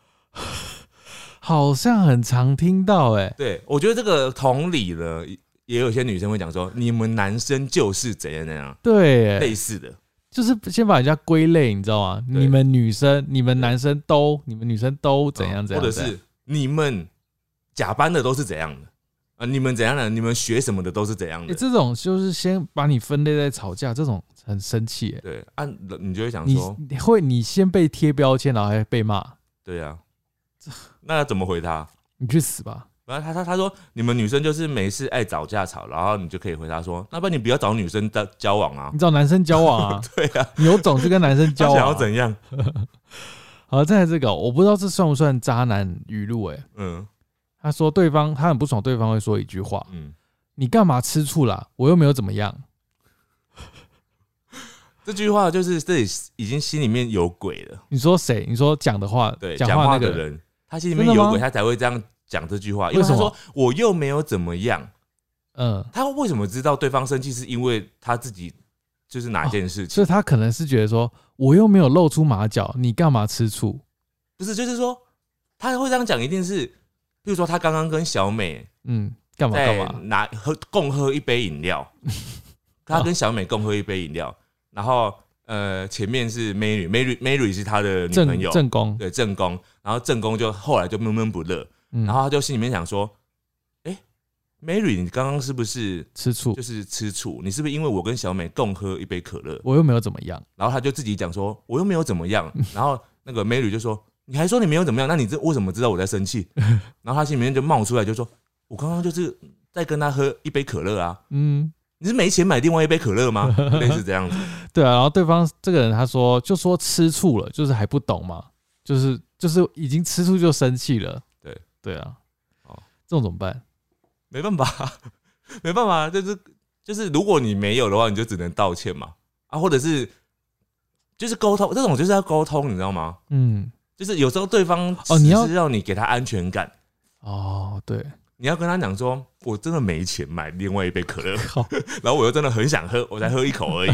Speaker 1: 好像很常听到哎、
Speaker 2: 对，我觉得这个同理呢，也有些女生会讲说，你们男生就是怎样怎样，
Speaker 1: 对、欸，
Speaker 2: 类似的。
Speaker 1: 就是先把人家归类，你知道吗？
Speaker 2: 对
Speaker 1: 你们女生、你们男生都、你们女生都怎样
Speaker 2: 嗯
Speaker 1: 怎样，
Speaker 2: 或者
Speaker 1: 怎样
Speaker 2: 是你们假班的都是怎样的啊？你们怎样的？你们学什么的都是怎样
Speaker 1: 哎、
Speaker 2: 的？
Speaker 1: 这种就是先把你分类在吵架，这种很生气、欸。
Speaker 2: 对啊，你就会想
Speaker 1: 你
Speaker 2: 说，
Speaker 1: 你会你先被贴标签，然后还被骂，
Speaker 2: 对啊，那要怎么回他？
Speaker 1: 你去死吧！
Speaker 2: 然后他他他说，你们女生就是没事爱找架吵，然后你就可以回他说，那不然你不要找女生的交往啊
Speaker 1: 你，找男生交往啊，
Speaker 2: 对啊，
Speaker 1: 你有种就跟男生
Speaker 2: 他
Speaker 1: 交往、
Speaker 2: 想要
Speaker 1: 啊。
Speaker 2: 怎样？
Speaker 1: 好，再来这个，我不知道这算不算渣男语录、欸？
Speaker 2: 嗯
Speaker 1: 他说对方他很不爽，对方会说一句话
Speaker 2: 嗯，：“
Speaker 1: 你干嘛吃醋啦？我又没有怎么样。
Speaker 2: 这句话就是这里已经心里面有鬼了。”
Speaker 1: 你说谁？你说讲的话，
Speaker 2: 对，
Speaker 1: 讲
Speaker 2: 讲话
Speaker 1: 那个
Speaker 2: 的，人，他心里面有
Speaker 1: 真的
Speaker 2: 鬼，
Speaker 1: 吗
Speaker 2: 他才会这样讲这句话。
Speaker 1: 为
Speaker 2: 因为他
Speaker 1: 什么
Speaker 2: 说我又没有怎么样，
Speaker 1: 嗯，
Speaker 2: 他为什么知道对方生气？是因为他自己就是哪件事情？
Speaker 1: 所以他可能哦是觉得说，我又没有露出马脚，你干嘛吃醋？
Speaker 2: 不是，就是说他会这样讲，一定是，比如说他刚刚跟小美
Speaker 1: 嗯，干嘛干
Speaker 2: 在
Speaker 1: 嘛？
Speaker 2: 拿喝共喝一杯饮 料，他
Speaker 1: 哦
Speaker 2: 跟小美共喝一杯饮料，然后呃前面是 Mary，Mary，Mary 是他的女朋
Speaker 1: 正
Speaker 2: 友，
Speaker 1: 正宫，
Speaker 2: 对正宫，然后正宫就后来就闷闷不乐，
Speaker 1: 嗯，
Speaker 2: 然后他就心里面想说，哎、m a r y 你刚刚是不是
Speaker 1: 吃醋
Speaker 2: 就，是吃醋？你是不是因为我跟小美共喝一杯可乐？
Speaker 1: 我又没有怎么样。
Speaker 2: 然后他就自己讲说，我又没有怎么 样。然后那个 Mary 就说，你还说你没有怎么样，那你这为什么知道我在生气？然后他心里面就冒出来就说，我刚刚就是在跟他喝一杯可乐啊，
Speaker 1: 嗯，
Speaker 2: 你是没钱买另外一杯可乐吗？ 类似这样子，
Speaker 1: 对啊。然后对方这个人他说，就说吃醋了，就是还不懂嘛，就是就是已经吃醋就生气了。
Speaker 2: 对
Speaker 1: 对啊，
Speaker 2: 哦
Speaker 1: 这种怎么办？
Speaker 2: 没办法， 没办法，就是就是，如果你没有的话，你就只能道歉嘛，啊，或者是就是沟通，这种就是要沟通，你知道吗？
Speaker 1: 嗯，
Speaker 2: 就是有时候对方
Speaker 1: 哦你要
Speaker 2: 只是让你给他安全感，
Speaker 1: 哦， 对，
Speaker 2: 你要跟他讲说，我真的没钱买另外一杯可乐，
Speaker 1: 靠，
Speaker 2: 然后我又真的很想喝，我才喝一口 而已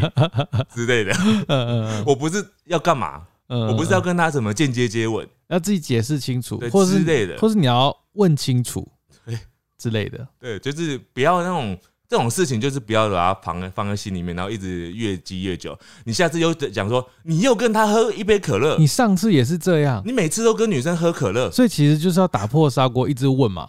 Speaker 2: 之类的。
Speaker 1: 嗯嗯
Speaker 2: 我不是要干嘛，
Speaker 1: 嗯，
Speaker 2: 我不是要跟他什么间接接吻，
Speaker 1: 要自己解释清楚
Speaker 2: 对，
Speaker 1: 或是
Speaker 2: 之类的
Speaker 1: 或是你要问清楚
Speaker 2: 对
Speaker 1: 之类的。
Speaker 2: 对，就是不要那种这种事情，就是不要把它放在放在心里面，然后一直越积越久。你下次又讲说，你又跟他喝一杯可乐，
Speaker 1: 你上次也是这样，
Speaker 2: 你每次都跟女生喝可乐，
Speaker 1: 所以其实就是要打破砂锅一直问嘛。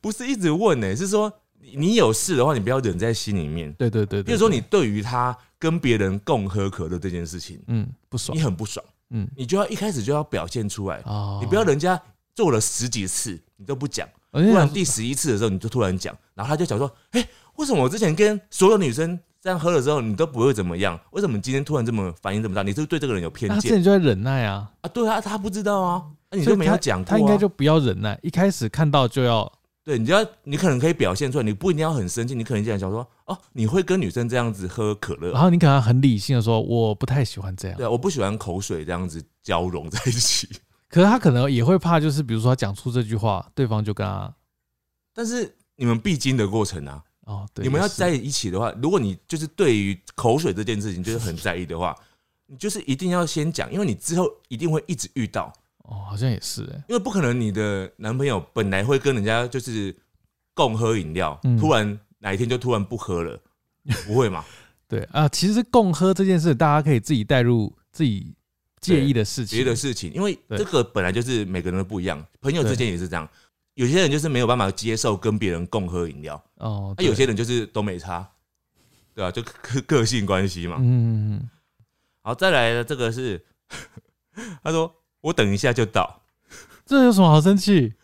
Speaker 2: 不是一直问呢、是说你你有事的话，你不要忍在心里面。
Speaker 1: 对对对对，
Speaker 2: 比如说，你对于他跟别人共喝可乐这件事情，
Speaker 1: 嗯，不爽
Speaker 2: 你，很不爽，
Speaker 1: 嗯
Speaker 2: 你就要一开始就要表现出来，
Speaker 1: 哦，
Speaker 2: 你不要人家做了十几次你都不讲，
Speaker 1: 我
Speaker 2: 突
Speaker 1: 就想
Speaker 2: 然
Speaker 1: 说，
Speaker 2: 第十一次的时候你就突然讲，然后他就想说，哎、为什么我之前跟所有女生这样喝了之后你都不会怎么样？为什么你今天突然这么反应这么大？你是不是对这个人有偏
Speaker 1: 那他之
Speaker 2: 见
Speaker 1: 前就在忍耐啊，
Speaker 2: 啊？对啊，他不知道啊，那、你
Speaker 1: 所
Speaker 2: 就
Speaker 1: 以
Speaker 2: 没
Speaker 1: 他
Speaker 2: 有讲过、啊
Speaker 1: 他应该就不要忍耐，一开始看到就要，
Speaker 2: 对，你就要你可能可以表现出来，你不一定要很生气，你可能这样想说，哦，你会跟女生这样子喝可乐
Speaker 1: 然，后你可能很理性的说，我不太喜欢这样
Speaker 2: 对、。啊，我不喜欢口水这样子交融在一起。
Speaker 1: 可是他可能也会怕，就是比如说他讲出这句话，对方就跟他
Speaker 2: 但是你们必经的过程啊，
Speaker 1: 哦，对，
Speaker 2: 你们要
Speaker 1: 也是
Speaker 2: 在一起的话，如果你就是对于口水这件事情就是很在意的话，你就是一定要先讲，因为你之后一定会一直遇到，
Speaker 1: 哦，好像也是哎，
Speaker 2: 因为不可能你的男朋友本来会跟人家就是共喝饮料，
Speaker 1: 嗯
Speaker 2: 突然哪一天就突然不喝了，不会嘛？
Speaker 1: 对啊，其实共喝这件事，大家可以自己带入自己介意的事情，
Speaker 2: 别的事情，因为
Speaker 1: 对
Speaker 2: 这个本来就是每个人都不一样，朋友
Speaker 1: 对
Speaker 2: 之间也是这样，有些人就是没有办法接受跟别人共喝饮料，啊
Speaker 1: 哦，
Speaker 2: 那、有些人就是都没差，对啊，就个个性关系嘛
Speaker 1: 对。嗯，嗯嗯
Speaker 2: 好，再来的这个是，他说我等一下就到，
Speaker 1: 这有什么好生气？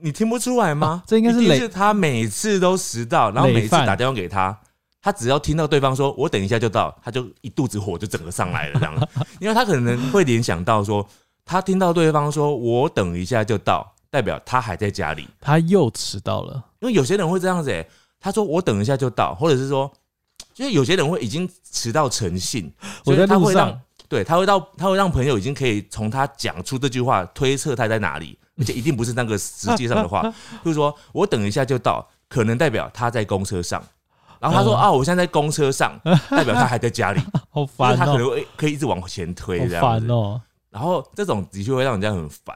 Speaker 2: 你听不出来吗？
Speaker 1: 啊这应该是
Speaker 2: 一定
Speaker 1: 累
Speaker 2: 是他每次都迟到，然后每
Speaker 1: 累
Speaker 2: 次
Speaker 1: 犯
Speaker 2: 打电话给他，他只要听到对方说“我等一下就到”，他就一肚子火就整个上来了，这样，因为他可能会联想到说，他听到对方说“我等一下就到”，代表他还在家里，
Speaker 1: 他又迟到了，
Speaker 2: 因为有些人会这样子、欸，他说“我等一下就到”，或者是说，就是有些人会已经迟到成性，
Speaker 1: 我
Speaker 2: 所以
Speaker 1: 在
Speaker 2: 他
Speaker 1: 路
Speaker 2: 会让
Speaker 1: 上，
Speaker 2: 对，他会到，他会让朋友已经可以从他讲出这句话推测他在哪 里，而且一定不是那个实际上的话，就是说我等一下就到，可能代表他在公车上。然后他说、
Speaker 1: 嗯
Speaker 2: 啊，我现在在公 车上，代表他还在家里，
Speaker 1: 好
Speaker 2: 就是
Speaker 1: 烦
Speaker 2: 他可
Speaker 1: 哦，
Speaker 2: 能会可以一直往前推这
Speaker 1: 好烦
Speaker 2: 样子。
Speaker 1: 哦，
Speaker 2: 然后这种的确会让人家很烦，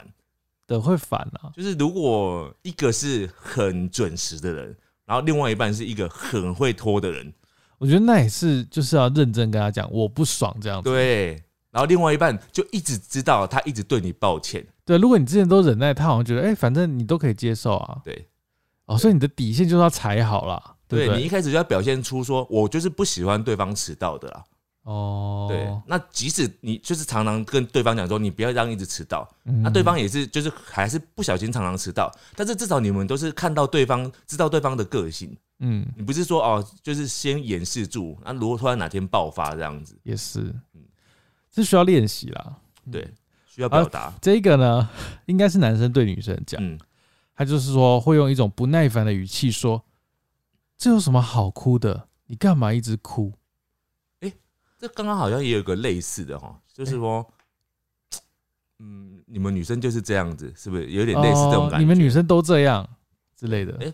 Speaker 1: 对，会烦啊，
Speaker 2: 就是如果一个是很准时的人，然后另外一半是一个很会拖的人，
Speaker 1: 我觉得那也是就是要认真跟他讲，我不爽这样子。
Speaker 2: 对，然后另外一半就一直知道他一直对你抱歉，
Speaker 1: 对，如果你之前都忍耐，他好像觉得哎、反正你都可以接受啊，
Speaker 2: 对。
Speaker 1: 哦，所以你的底线就是要踩好啦，
Speaker 2: 对
Speaker 1: 不对？
Speaker 2: 你一开始就要表现出说，我就是不喜欢对方迟到的啦。
Speaker 1: 哦，
Speaker 2: 对，那即使你就是常常跟对方讲说，你不要让一直迟到，
Speaker 1: 嗯，
Speaker 2: 那啊对方也是就是还是不小心常常迟到，但是至少你们都是看到对方，知道对方的个性，
Speaker 1: 嗯
Speaker 2: 你不是说哦，就是先掩饰住，那如果突然哪天爆发这样子，
Speaker 1: 也是
Speaker 2: 嗯，
Speaker 1: 这需要练习啦。
Speaker 2: 对，需要表达，
Speaker 1: 这个呢， 应该是男生对女生讲，
Speaker 2: 嗯，
Speaker 1: 他就是说会用一种不耐烦的语气说：“这有什么好哭的？你干嘛一直哭
Speaker 2: 这刚刚好像也有个类似的哈，就是说。嗯，你们女生就是这样子，是不是有？”点类似这种感觉？
Speaker 1: 哦你们女生都这样之类的。
Speaker 2: 哎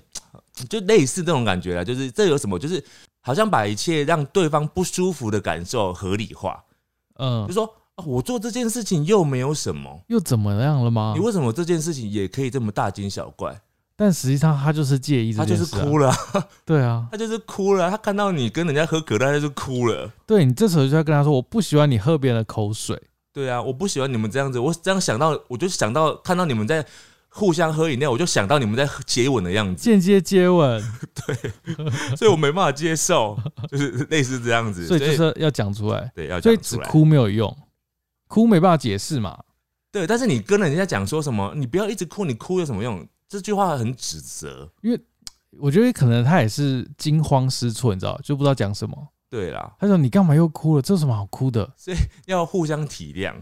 Speaker 2: 就类似这种感觉啊，就是这有什么？就是好像把一切让对方不舒服的感受合理化，
Speaker 1: 嗯
Speaker 2: 就，说、啊我做这件事情又没有什么，
Speaker 1: 又怎么样了吗
Speaker 2: 你？为什么这件事情也可以这么大惊小怪？
Speaker 1: 但实际上他就是介意这
Speaker 2: 他就
Speaker 1: 件
Speaker 2: 是
Speaker 1: 事啊、
Speaker 2: 哭了啊、
Speaker 1: 对啊，
Speaker 2: 他就是哭了啊、他看到你跟人家喝可乐，他就是哭了。
Speaker 1: 对你这时候就要跟他说：“我不喜欢你喝别人的口水。
Speaker 2: 对啊，我不喜欢你们这样子，我这样想到，我就想到看到你们在互相喝饮料，我就想到你们在接吻的样”子，
Speaker 1: 间接接吻，
Speaker 2: 所以我没办法接 受，就是类似这样子。
Speaker 1: 所以就是要讲出来，
Speaker 2: 对要
Speaker 1: 所
Speaker 2: 讲
Speaker 1: 以只
Speaker 2: 出来。
Speaker 1: 哭没有用，哭没办法解释嘛。
Speaker 2: 对，但是你跟人家讲说什么，你不要一直哭，你哭有什么用？这句话很指责。
Speaker 1: 我觉得可能他也是惊慌失措，你知道，就不知道讲什么。
Speaker 2: 对啦，
Speaker 1: 他说：“你干嘛又哭了？这有什么好哭的？
Speaker 2: 要互相体谅，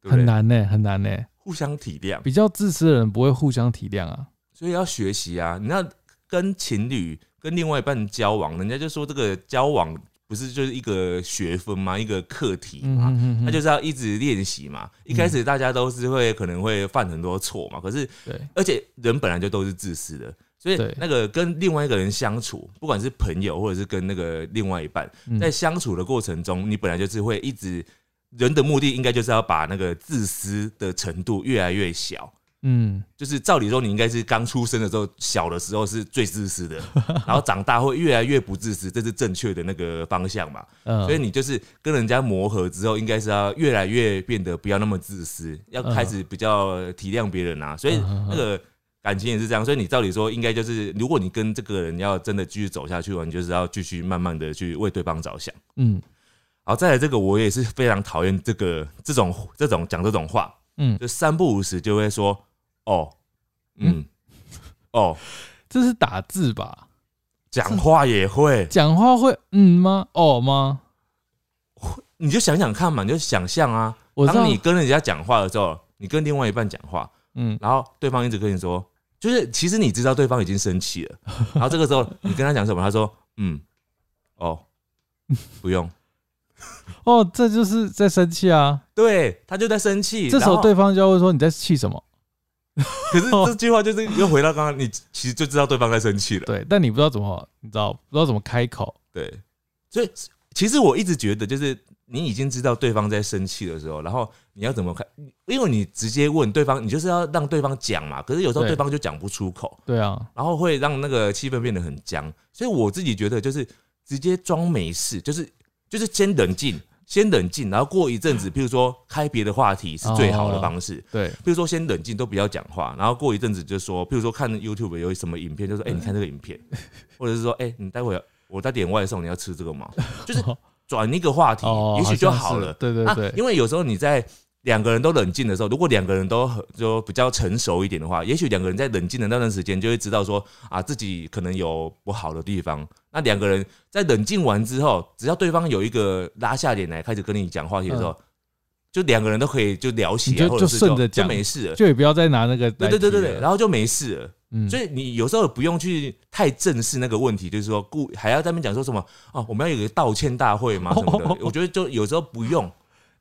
Speaker 2: 对不对
Speaker 1: 很，难呢、很难呢、
Speaker 2: 互相体谅，
Speaker 1: 比较自私的人不会互相体谅啊。
Speaker 2: 所以要学习啊。你要跟情侣、跟另外一半交往，人家就说这个交往不是就是一个学分吗？一个课题
Speaker 1: 嗯
Speaker 2: 吗？
Speaker 1: 哼哼哼，
Speaker 2: 那就是要一直练习嘛。一开始大家都是会可能会犯很多错嘛，可是
Speaker 1: 对
Speaker 2: 而且人本来就都是自私的，所以
Speaker 1: 对
Speaker 2: 那个跟另外一个人相处，不管是朋友或者是跟那个另外一半，
Speaker 1: 嗯
Speaker 2: 在相处的过程中，你本来就是会一直人的目的应该就是要把那个自私的程度越来越小。
Speaker 1: 嗯，
Speaker 2: 就是照理说，你应该是刚出生的时候，小的时候是最自私的，然后长大会越来越不自私，这是正确的那个方向嘛。
Speaker 1: 嗯
Speaker 2: 所以你就是跟人家磨合之后，应该是要
Speaker 1: 嗯
Speaker 2: 越来越变得不要那么自私，要开始比较体谅别人啊。所以那个感情也是这样，所以你照理说应该就是，如果你跟这个人要真的继续走下去的话，你就是要继续慢慢的去为对方着想。
Speaker 1: 嗯
Speaker 2: 好，再来这个我也是非常讨厌这个这种这种讲这种话，
Speaker 1: 嗯，
Speaker 2: 就三不五时就会说哦，嗯， 哦，
Speaker 1: 这是打字吧？
Speaker 2: 讲话也会，
Speaker 1: 讲话会嗯吗？哦吗？
Speaker 2: 你就想想看嘛，你就想象啊，
Speaker 1: 我知道
Speaker 2: 当你跟人家讲话的时候，你跟另外一半讲话，
Speaker 1: 嗯
Speaker 2: 然后对方一直跟你说，就是其实你知道对方已经生气 了，然后这个时候你跟他讲什么，他说嗯，哦，不 用，
Speaker 1: 哦，这就是在生气啊。
Speaker 2: 对他就在生气，
Speaker 1: 这时
Speaker 2: 然
Speaker 1: 候
Speaker 2: 后
Speaker 1: 对哦方就会说你在气什么？
Speaker 2: 可是这句话就是又回到刚刚，你其实就知道对方在生气了。
Speaker 1: 对，但你不知道怎么，你知道不知道怎么开口。
Speaker 2: 对，所以其实我一直觉得，就是你已经知道对方在生气的时候，然后你要怎么看？因为你直接问对方，你就是要让对方讲嘛。可是有时候
Speaker 1: 对
Speaker 2: 对方就讲不出口，
Speaker 1: 对啊，
Speaker 2: 然后会让那个气氛变得很僵。所以我自己觉得，就是直接装没事，就是就是先冷静，先冷静，然后过一阵子，譬如说开别的话题是最好的
Speaker 1: 哦
Speaker 2: 方式。
Speaker 1: 对，
Speaker 2: 譬如说，先冷静，都不要讲话，然后过一阵子就说，譬如说看 YouTube 有什么影片，就说，哎、你看这个影片，或者是说，哎、你待会我在点外的时候，你要吃这个吗？就是转一个话 题，
Speaker 1: 哦
Speaker 2: 也许就
Speaker 1: 好像
Speaker 2: 好了。
Speaker 1: 是对对对
Speaker 2: 啊，因为有时候你在两个人都冷静的时候，如果两个人都很就比较成熟一点的话，也许两个人在冷静的那段时间就会知道说，啊，自己可能有不好的地方。那两个人在冷静完之后，只要对方有一个拉下脸来开始跟你讲话题的时候。就两个人都可以就聊
Speaker 1: 嗯
Speaker 2: 起
Speaker 1: 你
Speaker 2: 来，
Speaker 1: 就
Speaker 2: 或者
Speaker 1: 就是顺着
Speaker 2: 就
Speaker 1: 讲
Speaker 2: 没事了。
Speaker 1: 就也不要再拿那个
Speaker 2: 对
Speaker 1: 来
Speaker 2: 对对对
Speaker 1: 提
Speaker 2: 对，
Speaker 1: 了
Speaker 2: 然后就没事了。
Speaker 1: 嗯，
Speaker 2: 所以你有时候不用去太正视那个问题，就是说故还要在那边讲说什么哦，我们要有一个道歉大会嘛什么
Speaker 1: 哦哦哦
Speaker 2: 的。我觉得就有时候不用，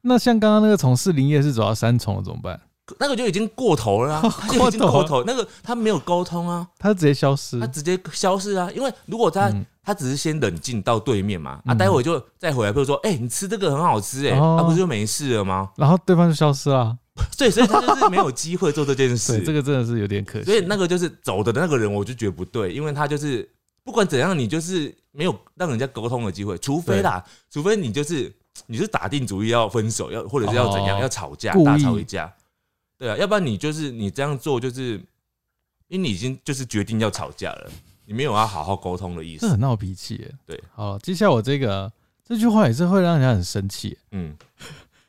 Speaker 1: 那像刚刚那个从四零夜市走到三重了怎么办？
Speaker 2: 那个就已经过头了、啊，他就已经过
Speaker 1: 过
Speaker 2: 头，那个他没有沟通啊，
Speaker 1: 他直接消失
Speaker 2: 他。直接消失啊。因为如果他、
Speaker 1: 嗯
Speaker 2: 他只是先冷静到对面嘛，啊，
Speaker 1: 嗯
Speaker 2: 待会就再回来，比如说，哎、你吃这个很好吃、哎、
Speaker 1: 哦
Speaker 2: 他、不是就没事了吗？
Speaker 1: 然后对方就消失了，
Speaker 2: 对，所以他就是没有机会做这件事。
Speaker 1: 对，这个真的是有点可
Speaker 2: 所以
Speaker 1: 惜。
Speaker 2: 那个就是走的那个人，我就觉得不对，因为他就是不管怎样，你就是没有让人家沟通的机会，除非啦，除非你就是你就是打定主意要分手，要或者是要怎样，
Speaker 1: 哦
Speaker 2: 要吵架，
Speaker 1: 故意
Speaker 2: 大吵一架，对啊，要不然你就是你这样做，就是因为你已经就是决定要吵架了，你没有要好好沟通的意
Speaker 1: 这
Speaker 2: 思，
Speaker 1: 很闹脾气耶。
Speaker 2: 对，
Speaker 1: 好，接下来我这个这句话也是会让人家很生气耶，
Speaker 2: 嗯，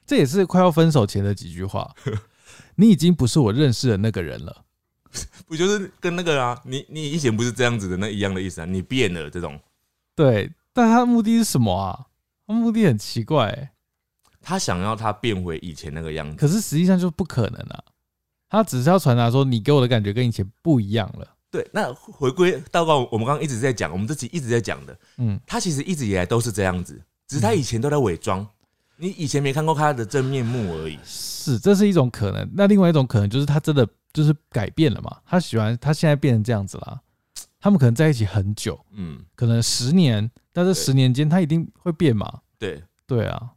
Speaker 1: 这也是快要分手前的几句 话。你已经不是我认识的那个人了，
Speaker 2: 不就是跟那个啊，你你以前不是这样子的那一样的意思啊，你变了这种，
Speaker 1: 对，但他的目的是什么啊？他目的很奇怪耶，
Speaker 2: 他想要他变回以前那个样子。
Speaker 1: 可是实际上就不可能啊。他只是要传达说，你给我的感觉跟以前不一样了。
Speaker 2: 对，那回归到刚我们刚刚一直在讲，我们这集一直在讲的，
Speaker 1: 嗯，
Speaker 2: 他其实一直以来都是这样子，只是他以前都在伪装，你以前没看过他的真面目而已。
Speaker 1: 是，这是一种可能。那另外一种可能就是他真的就是改变了嘛，他喜欢他现在变成这样子啦。他们可能在一起很久，
Speaker 2: 嗯，
Speaker 1: 可能十年，但这
Speaker 2: 对
Speaker 1: 十年间他一定会变嘛。
Speaker 2: 对
Speaker 1: 对啊，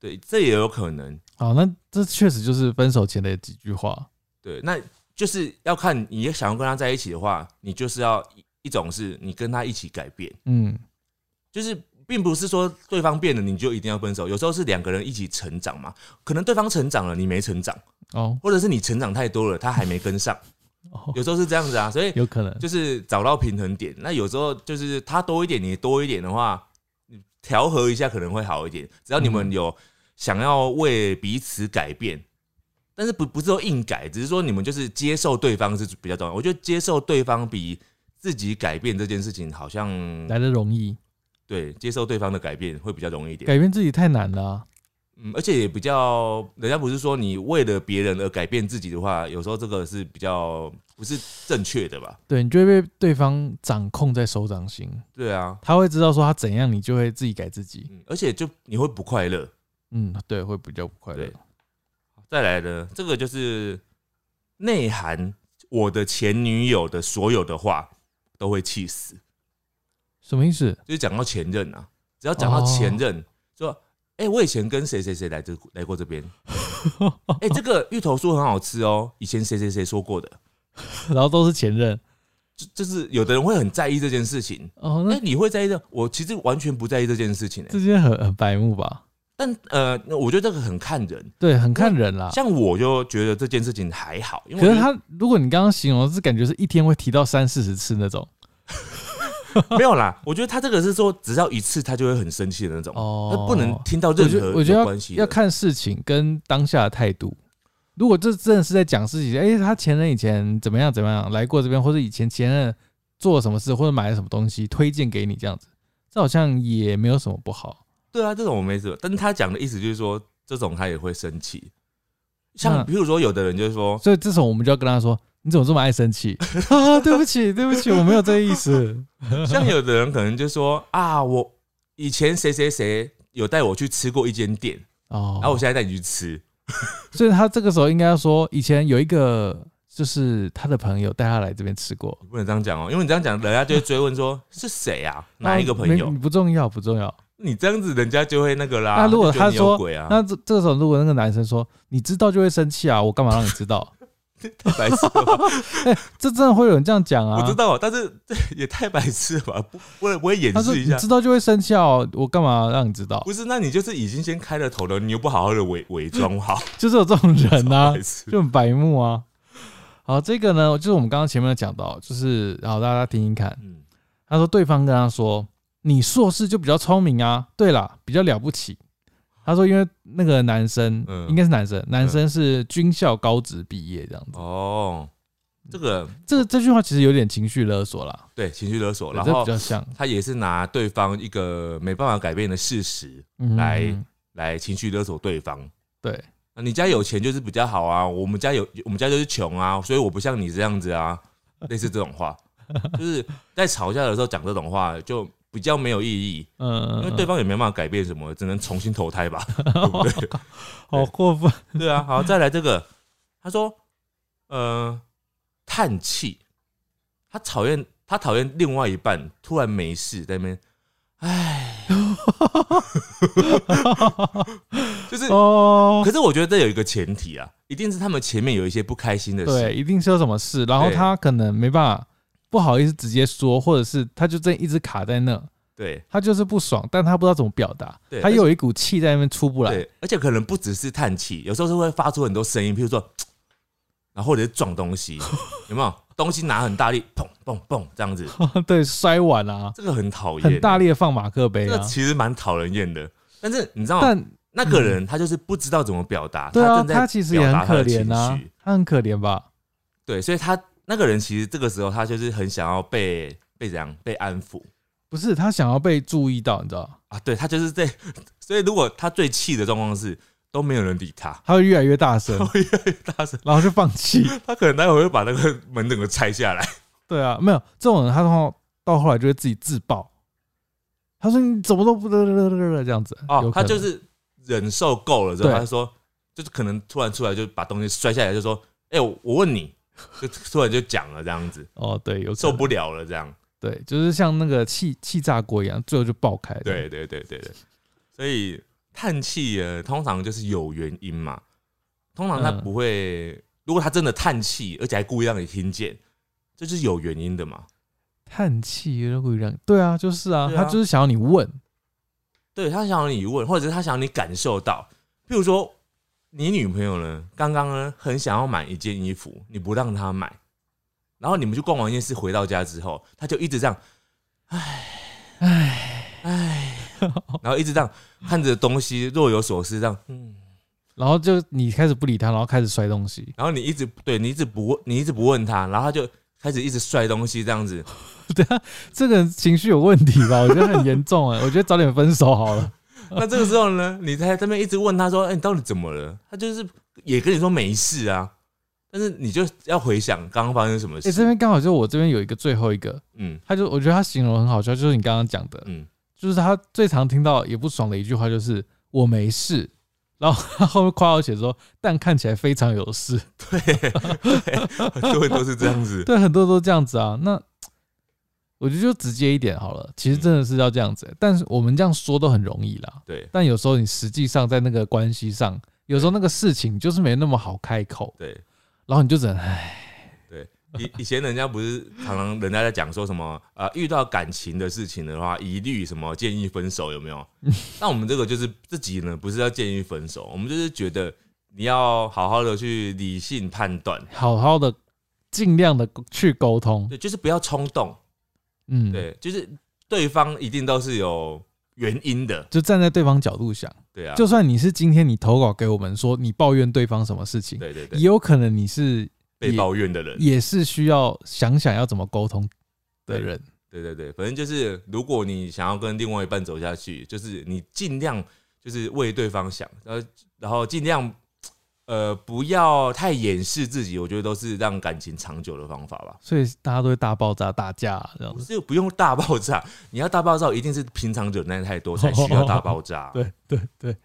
Speaker 2: 对，这也有可能。
Speaker 1: 好，那这确实就是分手前的几句话。
Speaker 2: 对，那就是要看你想要跟他在一起的话，你就是要一一种是你跟他一起改变，
Speaker 1: 嗯，
Speaker 2: 就是并不是说对方变了你就一定要分手，有时候是两个人一起成长嘛，可能对方成长了你没成长，
Speaker 1: 哦，
Speaker 2: 或者是你成长太多了他还没跟上，
Speaker 1: 哦
Speaker 2: 有时候是这样子啊，所以
Speaker 1: 有可能。
Speaker 2: 就是找到平衡点。那有时候就是他多一点，你多一点的话，你调和一下可能会好一点。只要你们
Speaker 1: 嗯
Speaker 2: 有想要为彼此改变，但是不不是说硬改，只是说你们就是接受对方是比较重要。我觉得接受对方比自己改变这件事情好像
Speaker 1: 来的容易，
Speaker 2: 对接受对方的改变会比较容易一点。
Speaker 1: 改变自己太难了啊、
Speaker 2: 嗯，而且也比较，人家不是说你为了别人而改变自己的话，有时候这个是比较不是正确的吧？
Speaker 1: 对你就会被对方掌控在手掌心，
Speaker 2: 对啊，
Speaker 1: 他会知道说他怎样，你就会自己改自己。
Speaker 2: 嗯，而且就你会不快乐。
Speaker 1: 嗯，对，会比较不快乐
Speaker 2: 对。再来呢，这个就是内涵我的前女友的所有的话都会气死，
Speaker 1: 什么意思？
Speaker 2: 就是讲到前任啊，只要讲到前
Speaker 1: 哦
Speaker 2: 任，说哎、欸我以前跟谁谁谁来这来过这边，哎、这个芋头酥很好吃哦，以前谁谁谁说过的，
Speaker 1: 然后都是前任
Speaker 2: 就就是有的人会很在意这件事情，
Speaker 1: 哦，
Speaker 2: 哎、
Speaker 1: 那
Speaker 2: 你会在意的，我其实完全不在意这件事情、欸，
Speaker 1: 这些很很白目吧？
Speaker 2: 但呃，那我觉得这个很看人，
Speaker 1: 对，很看人啦。
Speaker 2: 像我就觉得这件事情还好，因为
Speaker 1: 可
Speaker 2: 我
Speaker 1: 是
Speaker 2: 觉得
Speaker 1: 他，如果你刚刚形容是感觉是一天会提到三四十次那种，
Speaker 2: 没有啦，我觉得他这个是说只要一次他就会很生气的那种，
Speaker 1: 哦
Speaker 2: 那不能听到
Speaker 1: 我
Speaker 2: 任
Speaker 1: 觉
Speaker 2: 何
Speaker 1: 得我觉得
Speaker 2: 有
Speaker 1: 要
Speaker 2: 关系的
Speaker 1: 要看事情跟当下的态度。如果这真的是在讲事情，哎、他前任以前怎么样怎么样来过这边，或者以前前任做了什么事，或者买了什么东西推荐给你这样子，这好像也没有什么不好。
Speaker 2: 对啊，这种我没什么，但是他讲的意思就是说，这种他也会生气。像
Speaker 1: 那
Speaker 2: 比如说，有的人就是说，
Speaker 1: 所以这时候我们就要跟他说：“你怎么这么爱生气 啊？对不起，对不起，我没有这个意思。
Speaker 2: 像有的人可能就说啊，我以前谁谁谁有带我去吃过一间店，”
Speaker 1: 哦，
Speaker 2: 然后我现在带你去吃，
Speaker 1: 所以他这个时候应该要说，以前有一个就是他的朋友带他来这边吃过，
Speaker 2: 你不能这样讲哦，因为你这样讲，人家就会追问说是谁啊，哪一个
Speaker 1: 啊
Speaker 2: 朋友
Speaker 1: 没？不重要，不重要。
Speaker 2: 你这样子，人家就会那个啦。
Speaker 1: 那如果
Speaker 2: 就觉得
Speaker 1: 他
Speaker 2: 你有
Speaker 1: 说
Speaker 2: 鬼啊，
Speaker 1: 那这这个时候如果那个男生说你知道就会生气啊，我干嘛让你知道？
Speaker 2: 太白痴了吧，
Speaker 1: 这真的会有人这样讲 啊？
Speaker 2: 我知道，但是这也太白痴了吧？不，我也我也
Speaker 1: 他
Speaker 2: 演
Speaker 1: 说
Speaker 2: 示
Speaker 1: 你
Speaker 2: 一下
Speaker 1: 知。道就会生气哦，我干嘛让你知道？
Speaker 2: 不是，那你就是已经先开了头了，你又不好好的伪伪装好，
Speaker 1: 就是有这种 人 啊
Speaker 2: 白，痴
Speaker 1: 就很白目啊。好，这个呢，就是我们刚刚前面有讲到，就是好大家听听看，
Speaker 2: 嗯，
Speaker 1: 他说对方跟他说：“你硕士就比较聪明啊，对啦，比较了不起。”他说：“因为那个男生、
Speaker 2: 嗯
Speaker 1: 应该是男生，男生是军校高职毕业这样子。
Speaker 2: 哦，这个
Speaker 1: 这这句话其实有点情绪勒索啦，
Speaker 2: 对情绪勒索，
Speaker 1: 对
Speaker 2: 哦然
Speaker 1: 这比
Speaker 2: 后
Speaker 1: 较像
Speaker 2: 他也是拿对方一个没办法改变的事实
Speaker 1: 嗯
Speaker 2: 来来情绪勒索对方。
Speaker 1: 对
Speaker 2: 那你家有钱就是比较好啊，我们家有我们家就是穷啊，所以我不像你这样子啊，类似这种话，就是在吵架的时候讲这种话就比较没有意义，
Speaker 1: 嗯，
Speaker 2: 因为对方也没办法改变什么，只能重新投胎吧。
Speaker 1: 好过分，
Speaker 2: 对啊，好，再来这个，他说，呃，叹气，他讨厌他讨厌另外一半突然没事在那边，唉，就是，
Speaker 1: 哦
Speaker 2: 可。是我觉得这有一个前提啊，一定是他们前面有一些不开心的事，
Speaker 1: 对，一定是有什么事，然后
Speaker 2: 对
Speaker 1: 他可能没办法，不好意思直接说，或者是他就真一直卡在那，
Speaker 2: 对
Speaker 1: 他就是不爽，但他不知道怎么表达
Speaker 2: 对，
Speaker 1: 他
Speaker 2: 而且
Speaker 1: 又有一股气在那边出不来。
Speaker 2: 对，而且可能不只是叹气，有时候是会发出很多声音，譬如说，然后或者是撞东西，有没有？东西拿很大力，砰砰砰这样子，
Speaker 1: 对，摔碗啊，
Speaker 2: 这个很讨厌，
Speaker 1: 很大力的放马克杯
Speaker 2: 这
Speaker 1: 啊
Speaker 2: 个。其实蛮讨人厌的。但是你知道，
Speaker 1: 但嗯
Speaker 2: 那个人他就是不知道怎么表达，
Speaker 1: 对啊，
Speaker 2: 正在
Speaker 1: 他其实也
Speaker 2: 表
Speaker 1: 很
Speaker 2: 达他
Speaker 1: 可
Speaker 2: 的情
Speaker 1: 怜啊
Speaker 2: 绪，
Speaker 1: 他很可怜吧？
Speaker 2: 对，所以他那个人其实这个时候他就是很想要被被怎样被安抚
Speaker 1: 不是，他想要被注意到，你知道，
Speaker 2: 啊，对他就是在， 所以如果他最气的状况是都没有人理他，
Speaker 1: 他会越来越大声，
Speaker 2: 会越来越大声，
Speaker 1: 然后就放弃。
Speaker 2: 他可能待会会把那个门整个拆下来，
Speaker 1: 对啊，没有这种人，他到到后来就会自己自爆。他说：“你怎么都不得得得得这样子
Speaker 2: 哦
Speaker 1: 有，可
Speaker 2: 他
Speaker 1: 能
Speaker 2: 就是忍受够了之后，
Speaker 1: 对
Speaker 2: 他就说，就是可能突然出来就把东西摔下来，就说，哎、我我问你，就突然就讲了这样子，
Speaker 1: 哦，对，有可
Speaker 2: 受
Speaker 1: 能
Speaker 2: 不了了这样。
Speaker 1: 对，就是像那个气气炸锅一样，最后就爆开。
Speaker 2: 对，对对对对，所以叹气呃，通常就是有原因嘛。通常他
Speaker 1: 嗯
Speaker 2: 不会，如果他真的叹气，而且还故意让你听见，这就是有原因的嘛。
Speaker 1: 叹气如果让对啊，就是啊，
Speaker 2: 对啊
Speaker 1: 他就是想要你问，
Speaker 2: 对他想要你问，或者是他想要你感受到，譬如说你女朋友呢，刚刚呢很想要买一件衣服，你不让她买，然后你们去逛完夜市回到家之后，她就一直这样，唉唉 唉，然后一直这样看着东西若有所思，这样嗯。
Speaker 1: 然后就你开始不理他，然后开始摔东西，
Speaker 2: 然后你一直对你一直不问，你一直不问他，然后他就开始一直摔东西这样子。
Speaker 1: 这个人情绪有问题吧？ 我觉得很严重哎、我觉得早点分手好了。
Speaker 2: 那这个时候呢，你在这边一直问他说：“哎、你到底怎么了？”他就是也跟你说没事啊，但是你就要回想刚刚发生什么
Speaker 1: 哎、
Speaker 2: 事。
Speaker 1: 这边刚好就我这边有一个最后一个，
Speaker 2: 嗯
Speaker 1: 他就我觉得他形容很好笑，就是你刚刚讲的，
Speaker 2: 嗯，
Speaker 1: 就是他最常听到也不爽的一句话就是“我没事”，然后他后面夸我写说“但看起来非常有事
Speaker 2: 很多人都是这样”，子。
Speaker 1: 对，很多都这样子啊。那我觉得就直接一点好了，其实真的是要这样子欸、但是我们这样说都很容易啦，
Speaker 2: 对
Speaker 1: 但有时候你实际上在那个关系上，有时候那个事情就是没那么好开口，
Speaker 2: 对
Speaker 1: 然后你就只能唉，
Speaker 2: 对，以以前人家不是常常人家在讲说什么呃，遇到感情的事情的话，一律什么建议分手，有没有？那我们这个就是自己呢，不是要建议分手，我们就是觉得你要好好的去理性判断，
Speaker 1: 好好的，尽量的去沟通。
Speaker 2: 对，就是不要冲动，
Speaker 1: 嗯，，
Speaker 2: 对，就是对方一定都是有原因的，
Speaker 1: 就站在对方角度想，
Speaker 2: 对啊，
Speaker 1: 就算你是今天你投稿给我们说你抱怨对方什么事情，
Speaker 2: 对对对
Speaker 1: 也，有可能你是
Speaker 2: 被抱怨的人，
Speaker 1: 也是需要想想要怎么沟通的人。
Speaker 2: 对对对，反正就是，如果你想要跟另外一半走下去，就是你尽量就是为对方想，然后然后尽量呃不要太掩饰自己，我觉得都是让感情长久的方法吧。
Speaker 1: 所以大家都会大爆炸、打架这样
Speaker 2: 不
Speaker 1: 子。
Speaker 2: 是不用大爆炸，你要大爆炸一定是平常忍耐太多才需要大爆炸。
Speaker 1: 对对对，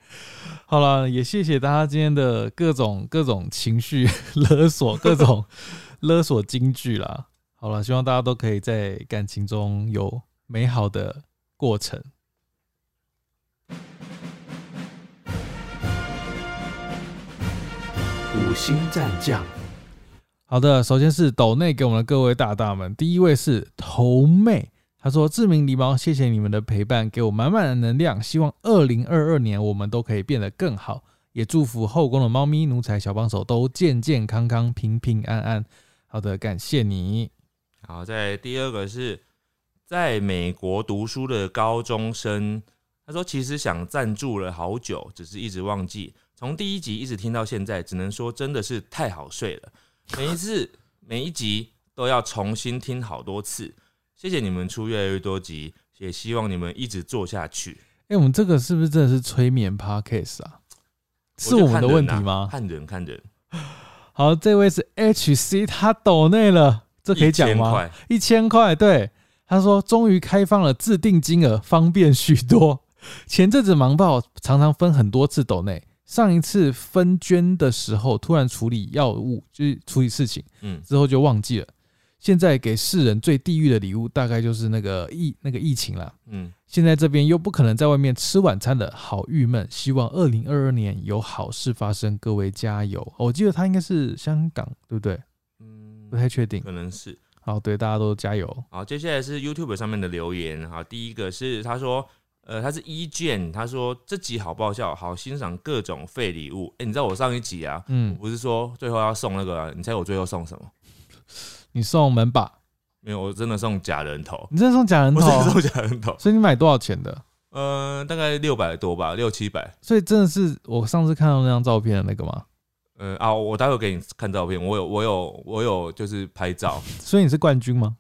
Speaker 1: 好了，也谢谢大家今天的各种各种情绪勒索、各 种勒索金句啦。好了，希望大家都可以在感情中有美好的过程。
Speaker 3: 五星战将，
Speaker 1: 好的，首先是斗内给我们的各位大大们，第一位是头妹，她说：“志明狸猫，谢谢你们的陪伴，给我满满的能量，希望二零二二年我们都可以变得更好，也祝福后宫的猫咪、奴才、小帮手都健健康康、平平安安。”好的，感谢你。
Speaker 2: 好，在第二个是在美国读书的高中生，他说其实想赞助了好久，只是一直忘记。从第一集一直听到现在，只能说真的是太好睡了。每一次每一集都要重新听好多次。谢谢你们出越来越多集，也希望你们一直做下去。
Speaker 1: 哎、我们这个是不是真的是催眠 podcast 啊？是我们的问题吗？
Speaker 2: 看人看人，
Speaker 1: 好，这位是 HC，他抖内了，这可以讲吗？
Speaker 2: 1000块？
Speaker 1: 一千块，对，他说终于开放了自定金额，方便许多。前阵子忙爆，常常分很多次抖内。上一次分捐的时候，突然处理药物，就是处理事情
Speaker 2: 嗯，
Speaker 1: 之后就忘记了。现在给世人最地狱的礼物，大概就是那个疫那个疫情啦。
Speaker 2: 嗯，
Speaker 1: 现在这边又不可能在外面吃晚餐了，好郁闷。希望二零二二年有好事发生，各位加油！哦我记得他应该是香港，对不对？
Speaker 2: 嗯
Speaker 1: 不太确定。
Speaker 2: 可能是。
Speaker 1: 好，对，大家都加油。
Speaker 2: 好，接下来是 YouTube 上面的留言。好，第一个是他说，呃，他是一卷，他说这集好爆笑，好欣赏各种废礼物。哎、你知道我上一集啊，我
Speaker 1: 嗯，
Speaker 2: 不是说最后要送那个啊、你猜我最后送什么？
Speaker 1: 你送门把，
Speaker 2: 没有，我真的送假人头，
Speaker 1: 你这送假人
Speaker 2: 我
Speaker 1: 头啊
Speaker 2: 真，的送假人头。
Speaker 1: 所以你买多少钱的？
Speaker 2: 呃，大概六百多吧，六七百。
Speaker 1: 所以真的是我上次看到那张照片的那个吗？
Speaker 2: 呃啊，我待会给你看照片，我有，我有，我有，就是拍照。
Speaker 1: 所以你是冠军吗？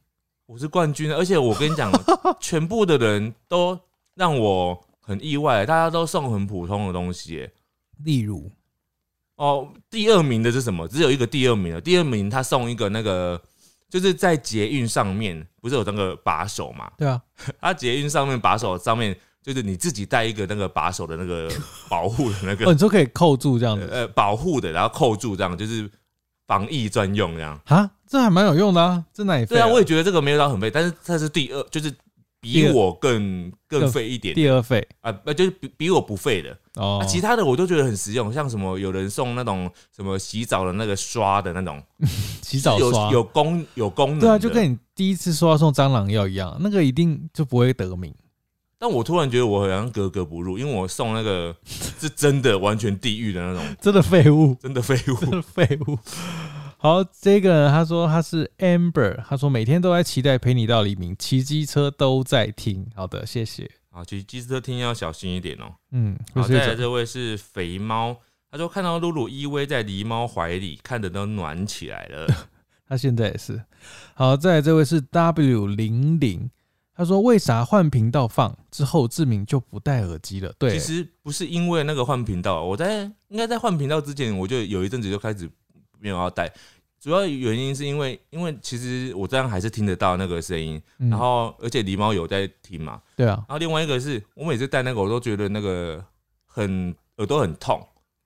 Speaker 2: 我是冠军，啊而且我跟 你讲，全部的人都让我很意外，大家都送很普通的东西、哎
Speaker 1: 例如，
Speaker 2: 哦，第二名的是什么？只有一个第二名的，第二名他送一个那个，就是在捷运上面不是有那个把手嘛？
Speaker 1: 对啊，
Speaker 2: 他捷运上面把手上面就是你自己带一个那个把手的那个保护的 那
Speaker 1: 哦，
Speaker 2: 个
Speaker 1: 你说可以扣住这样子
Speaker 2: 呃保护的，然后扣住这样，就是防疫专用这样。
Speaker 1: 啊？这还蛮有用的啊，这哪里废
Speaker 2: 对
Speaker 1: 了？
Speaker 2: 啊，我也觉得这个没有到很费，但是它是第二，就是
Speaker 1: 第
Speaker 2: 比
Speaker 1: 二
Speaker 2: 我更更
Speaker 1: 更
Speaker 2: 费一点
Speaker 1: 第二费
Speaker 2: 啊，呃就是比比我不费的。
Speaker 1: 哦，
Speaker 2: 啊，其他的我都觉得很实用，像什么有人送那种什么洗澡的那个刷的那种。
Speaker 1: 洗澡
Speaker 2: 有
Speaker 1: 刷
Speaker 2: 有功有功能的，
Speaker 1: 对啊，就跟你第一次说要送蟑螂药一样，那个一定就不会得名。
Speaker 2: 但我突然觉得我好像格格不入，因为我送那个 是真的完全地狱的那种，
Speaker 1: 真的废物，
Speaker 2: 真的废
Speaker 1: 真
Speaker 2: 物。
Speaker 1: 的废物。好，这个人他说他是 Amber，他说每天都在期待陪你到黎明，骑机车都在听。好的，谢谢。
Speaker 2: 啊，其实机车听要小心一点哦、
Speaker 1: 嗯，
Speaker 2: 好，
Speaker 1: 就是
Speaker 2: 再来这位是肥猫，他说看到露露依偎在狸猫怀里，看得都暖起来了。
Speaker 1: 他现在也是。好，再来这位是 W 零零，他说为啥换频道放之后志明就不戴耳机了？ 对
Speaker 2: 其，实不是因为那个换频道，我在应该在换频道之前，我就有一阵子就开始没有要戴。主要原因是因为，因为其实我这样还是听得到那个声音，
Speaker 1: 嗯
Speaker 2: 然后而且狸猫有在听嘛，
Speaker 1: 对啊，
Speaker 2: 然后另外一个是我每次戴那个，我都觉得那个很耳朵很痛，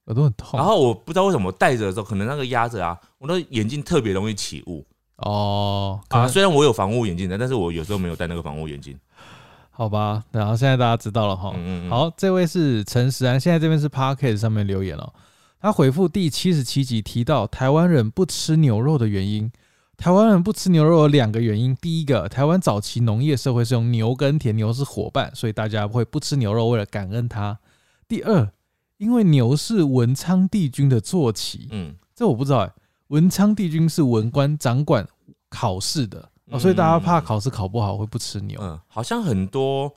Speaker 1: 耳朵很痛。
Speaker 2: 然后我不知道为什么戴着的时候，可能那个压着啊，我的眼镜特别容易起雾
Speaker 1: 哦，可
Speaker 2: 啊。
Speaker 1: 能
Speaker 2: 虽然我有防雾眼镜的，但是我有时候没有戴那个防雾眼镜。
Speaker 1: 好吧，然后现在大家知道了哈。
Speaker 2: 嗯嗯嗯，
Speaker 1: 哦好，这位是陈时安，现在这边是 Pocket 上面留言哦。他回复第七十七集提到台湾人不吃牛肉的原因，台湾人不吃牛肉有两个原因，第一个，台湾早期农业社会是用牛跟田牛是伙伴，所以大家会不吃牛肉，为了感恩它。第二，因为牛是文昌帝君的坐骑，
Speaker 2: 嗯，
Speaker 1: 这我不知道哎、文昌帝君是文官掌管考试的、哦，所以大家怕考试考不好会不吃牛。
Speaker 2: 嗯，好像很多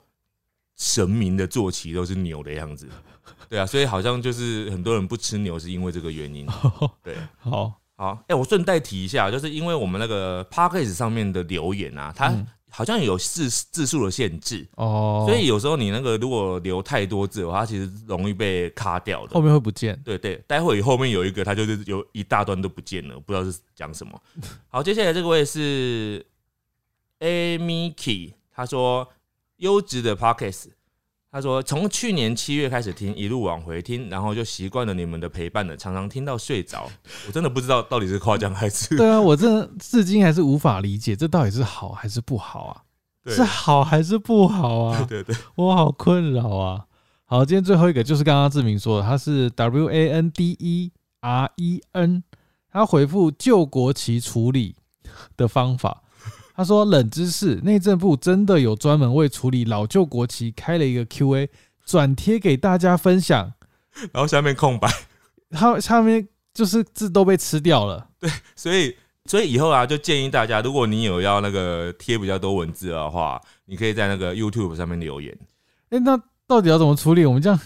Speaker 2: 神明的坐骑都是牛的样子， 对啊，所以好像就是很多人不吃牛是因为这个原因。
Speaker 1: 哦
Speaker 2: 对，
Speaker 1: 好，
Speaker 2: 好，哎、我顺带提一下，就是因为我们那个 p a c k a g e 上面的留言啊，它
Speaker 1: 嗯
Speaker 2: 好像有字字数的限制，
Speaker 1: 哦，
Speaker 2: 所以有时候你那个如果留太多字的话，它其实容易被卡掉的
Speaker 1: 后。面会不见。
Speaker 2: 对对，待会后面有一个，它就是有一大段都不见了，不知道是讲什么。好，接下来这位是 Amiki，他说优质的 Pockets，他说从去年七月开始听，一路往回听，然后就习惯了你们的陪伴了，常常听到睡着。我真的不知道到底是夸奖还是
Speaker 1: 对啊，我真的至今还是无法理解，这到底是好还是不好啊？
Speaker 2: 对
Speaker 1: 是好还是不好啊？
Speaker 2: 对对，
Speaker 1: 我好困扰啊！好，今天最后一个就是刚刚志明说的，他是 W A N D E R E N，他回复救国旗处理的方法，他说冷知识，内政部真的有专门为处理老旧国旗开了一个 Q A，转贴给大家分享，
Speaker 2: 然后下面空白，
Speaker 1: 他下面就是字都被吃掉了，
Speaker 2: 所以。所以以后啊，就建议大家，如果你有要那个贴比较多文字的话，你可以在那个 YouTube 上面留言。
Speaker 1: 哎、那到底要怎么处理？我们 这样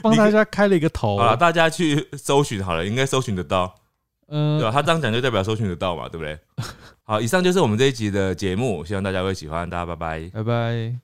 Speaker 1: 帮大家开了一个头
Speaker 2: 好，了，大家去搜寻好了，应该搜寻得到，
Speaker 1: 嗯、
Speaker 2: 对吧？他这样讲就代表搜寻得到嘛，对不对？好，以上就是我们这一集的节目，希望大家会喜欢，大家拜拜。
Speaker 1: 拜拜。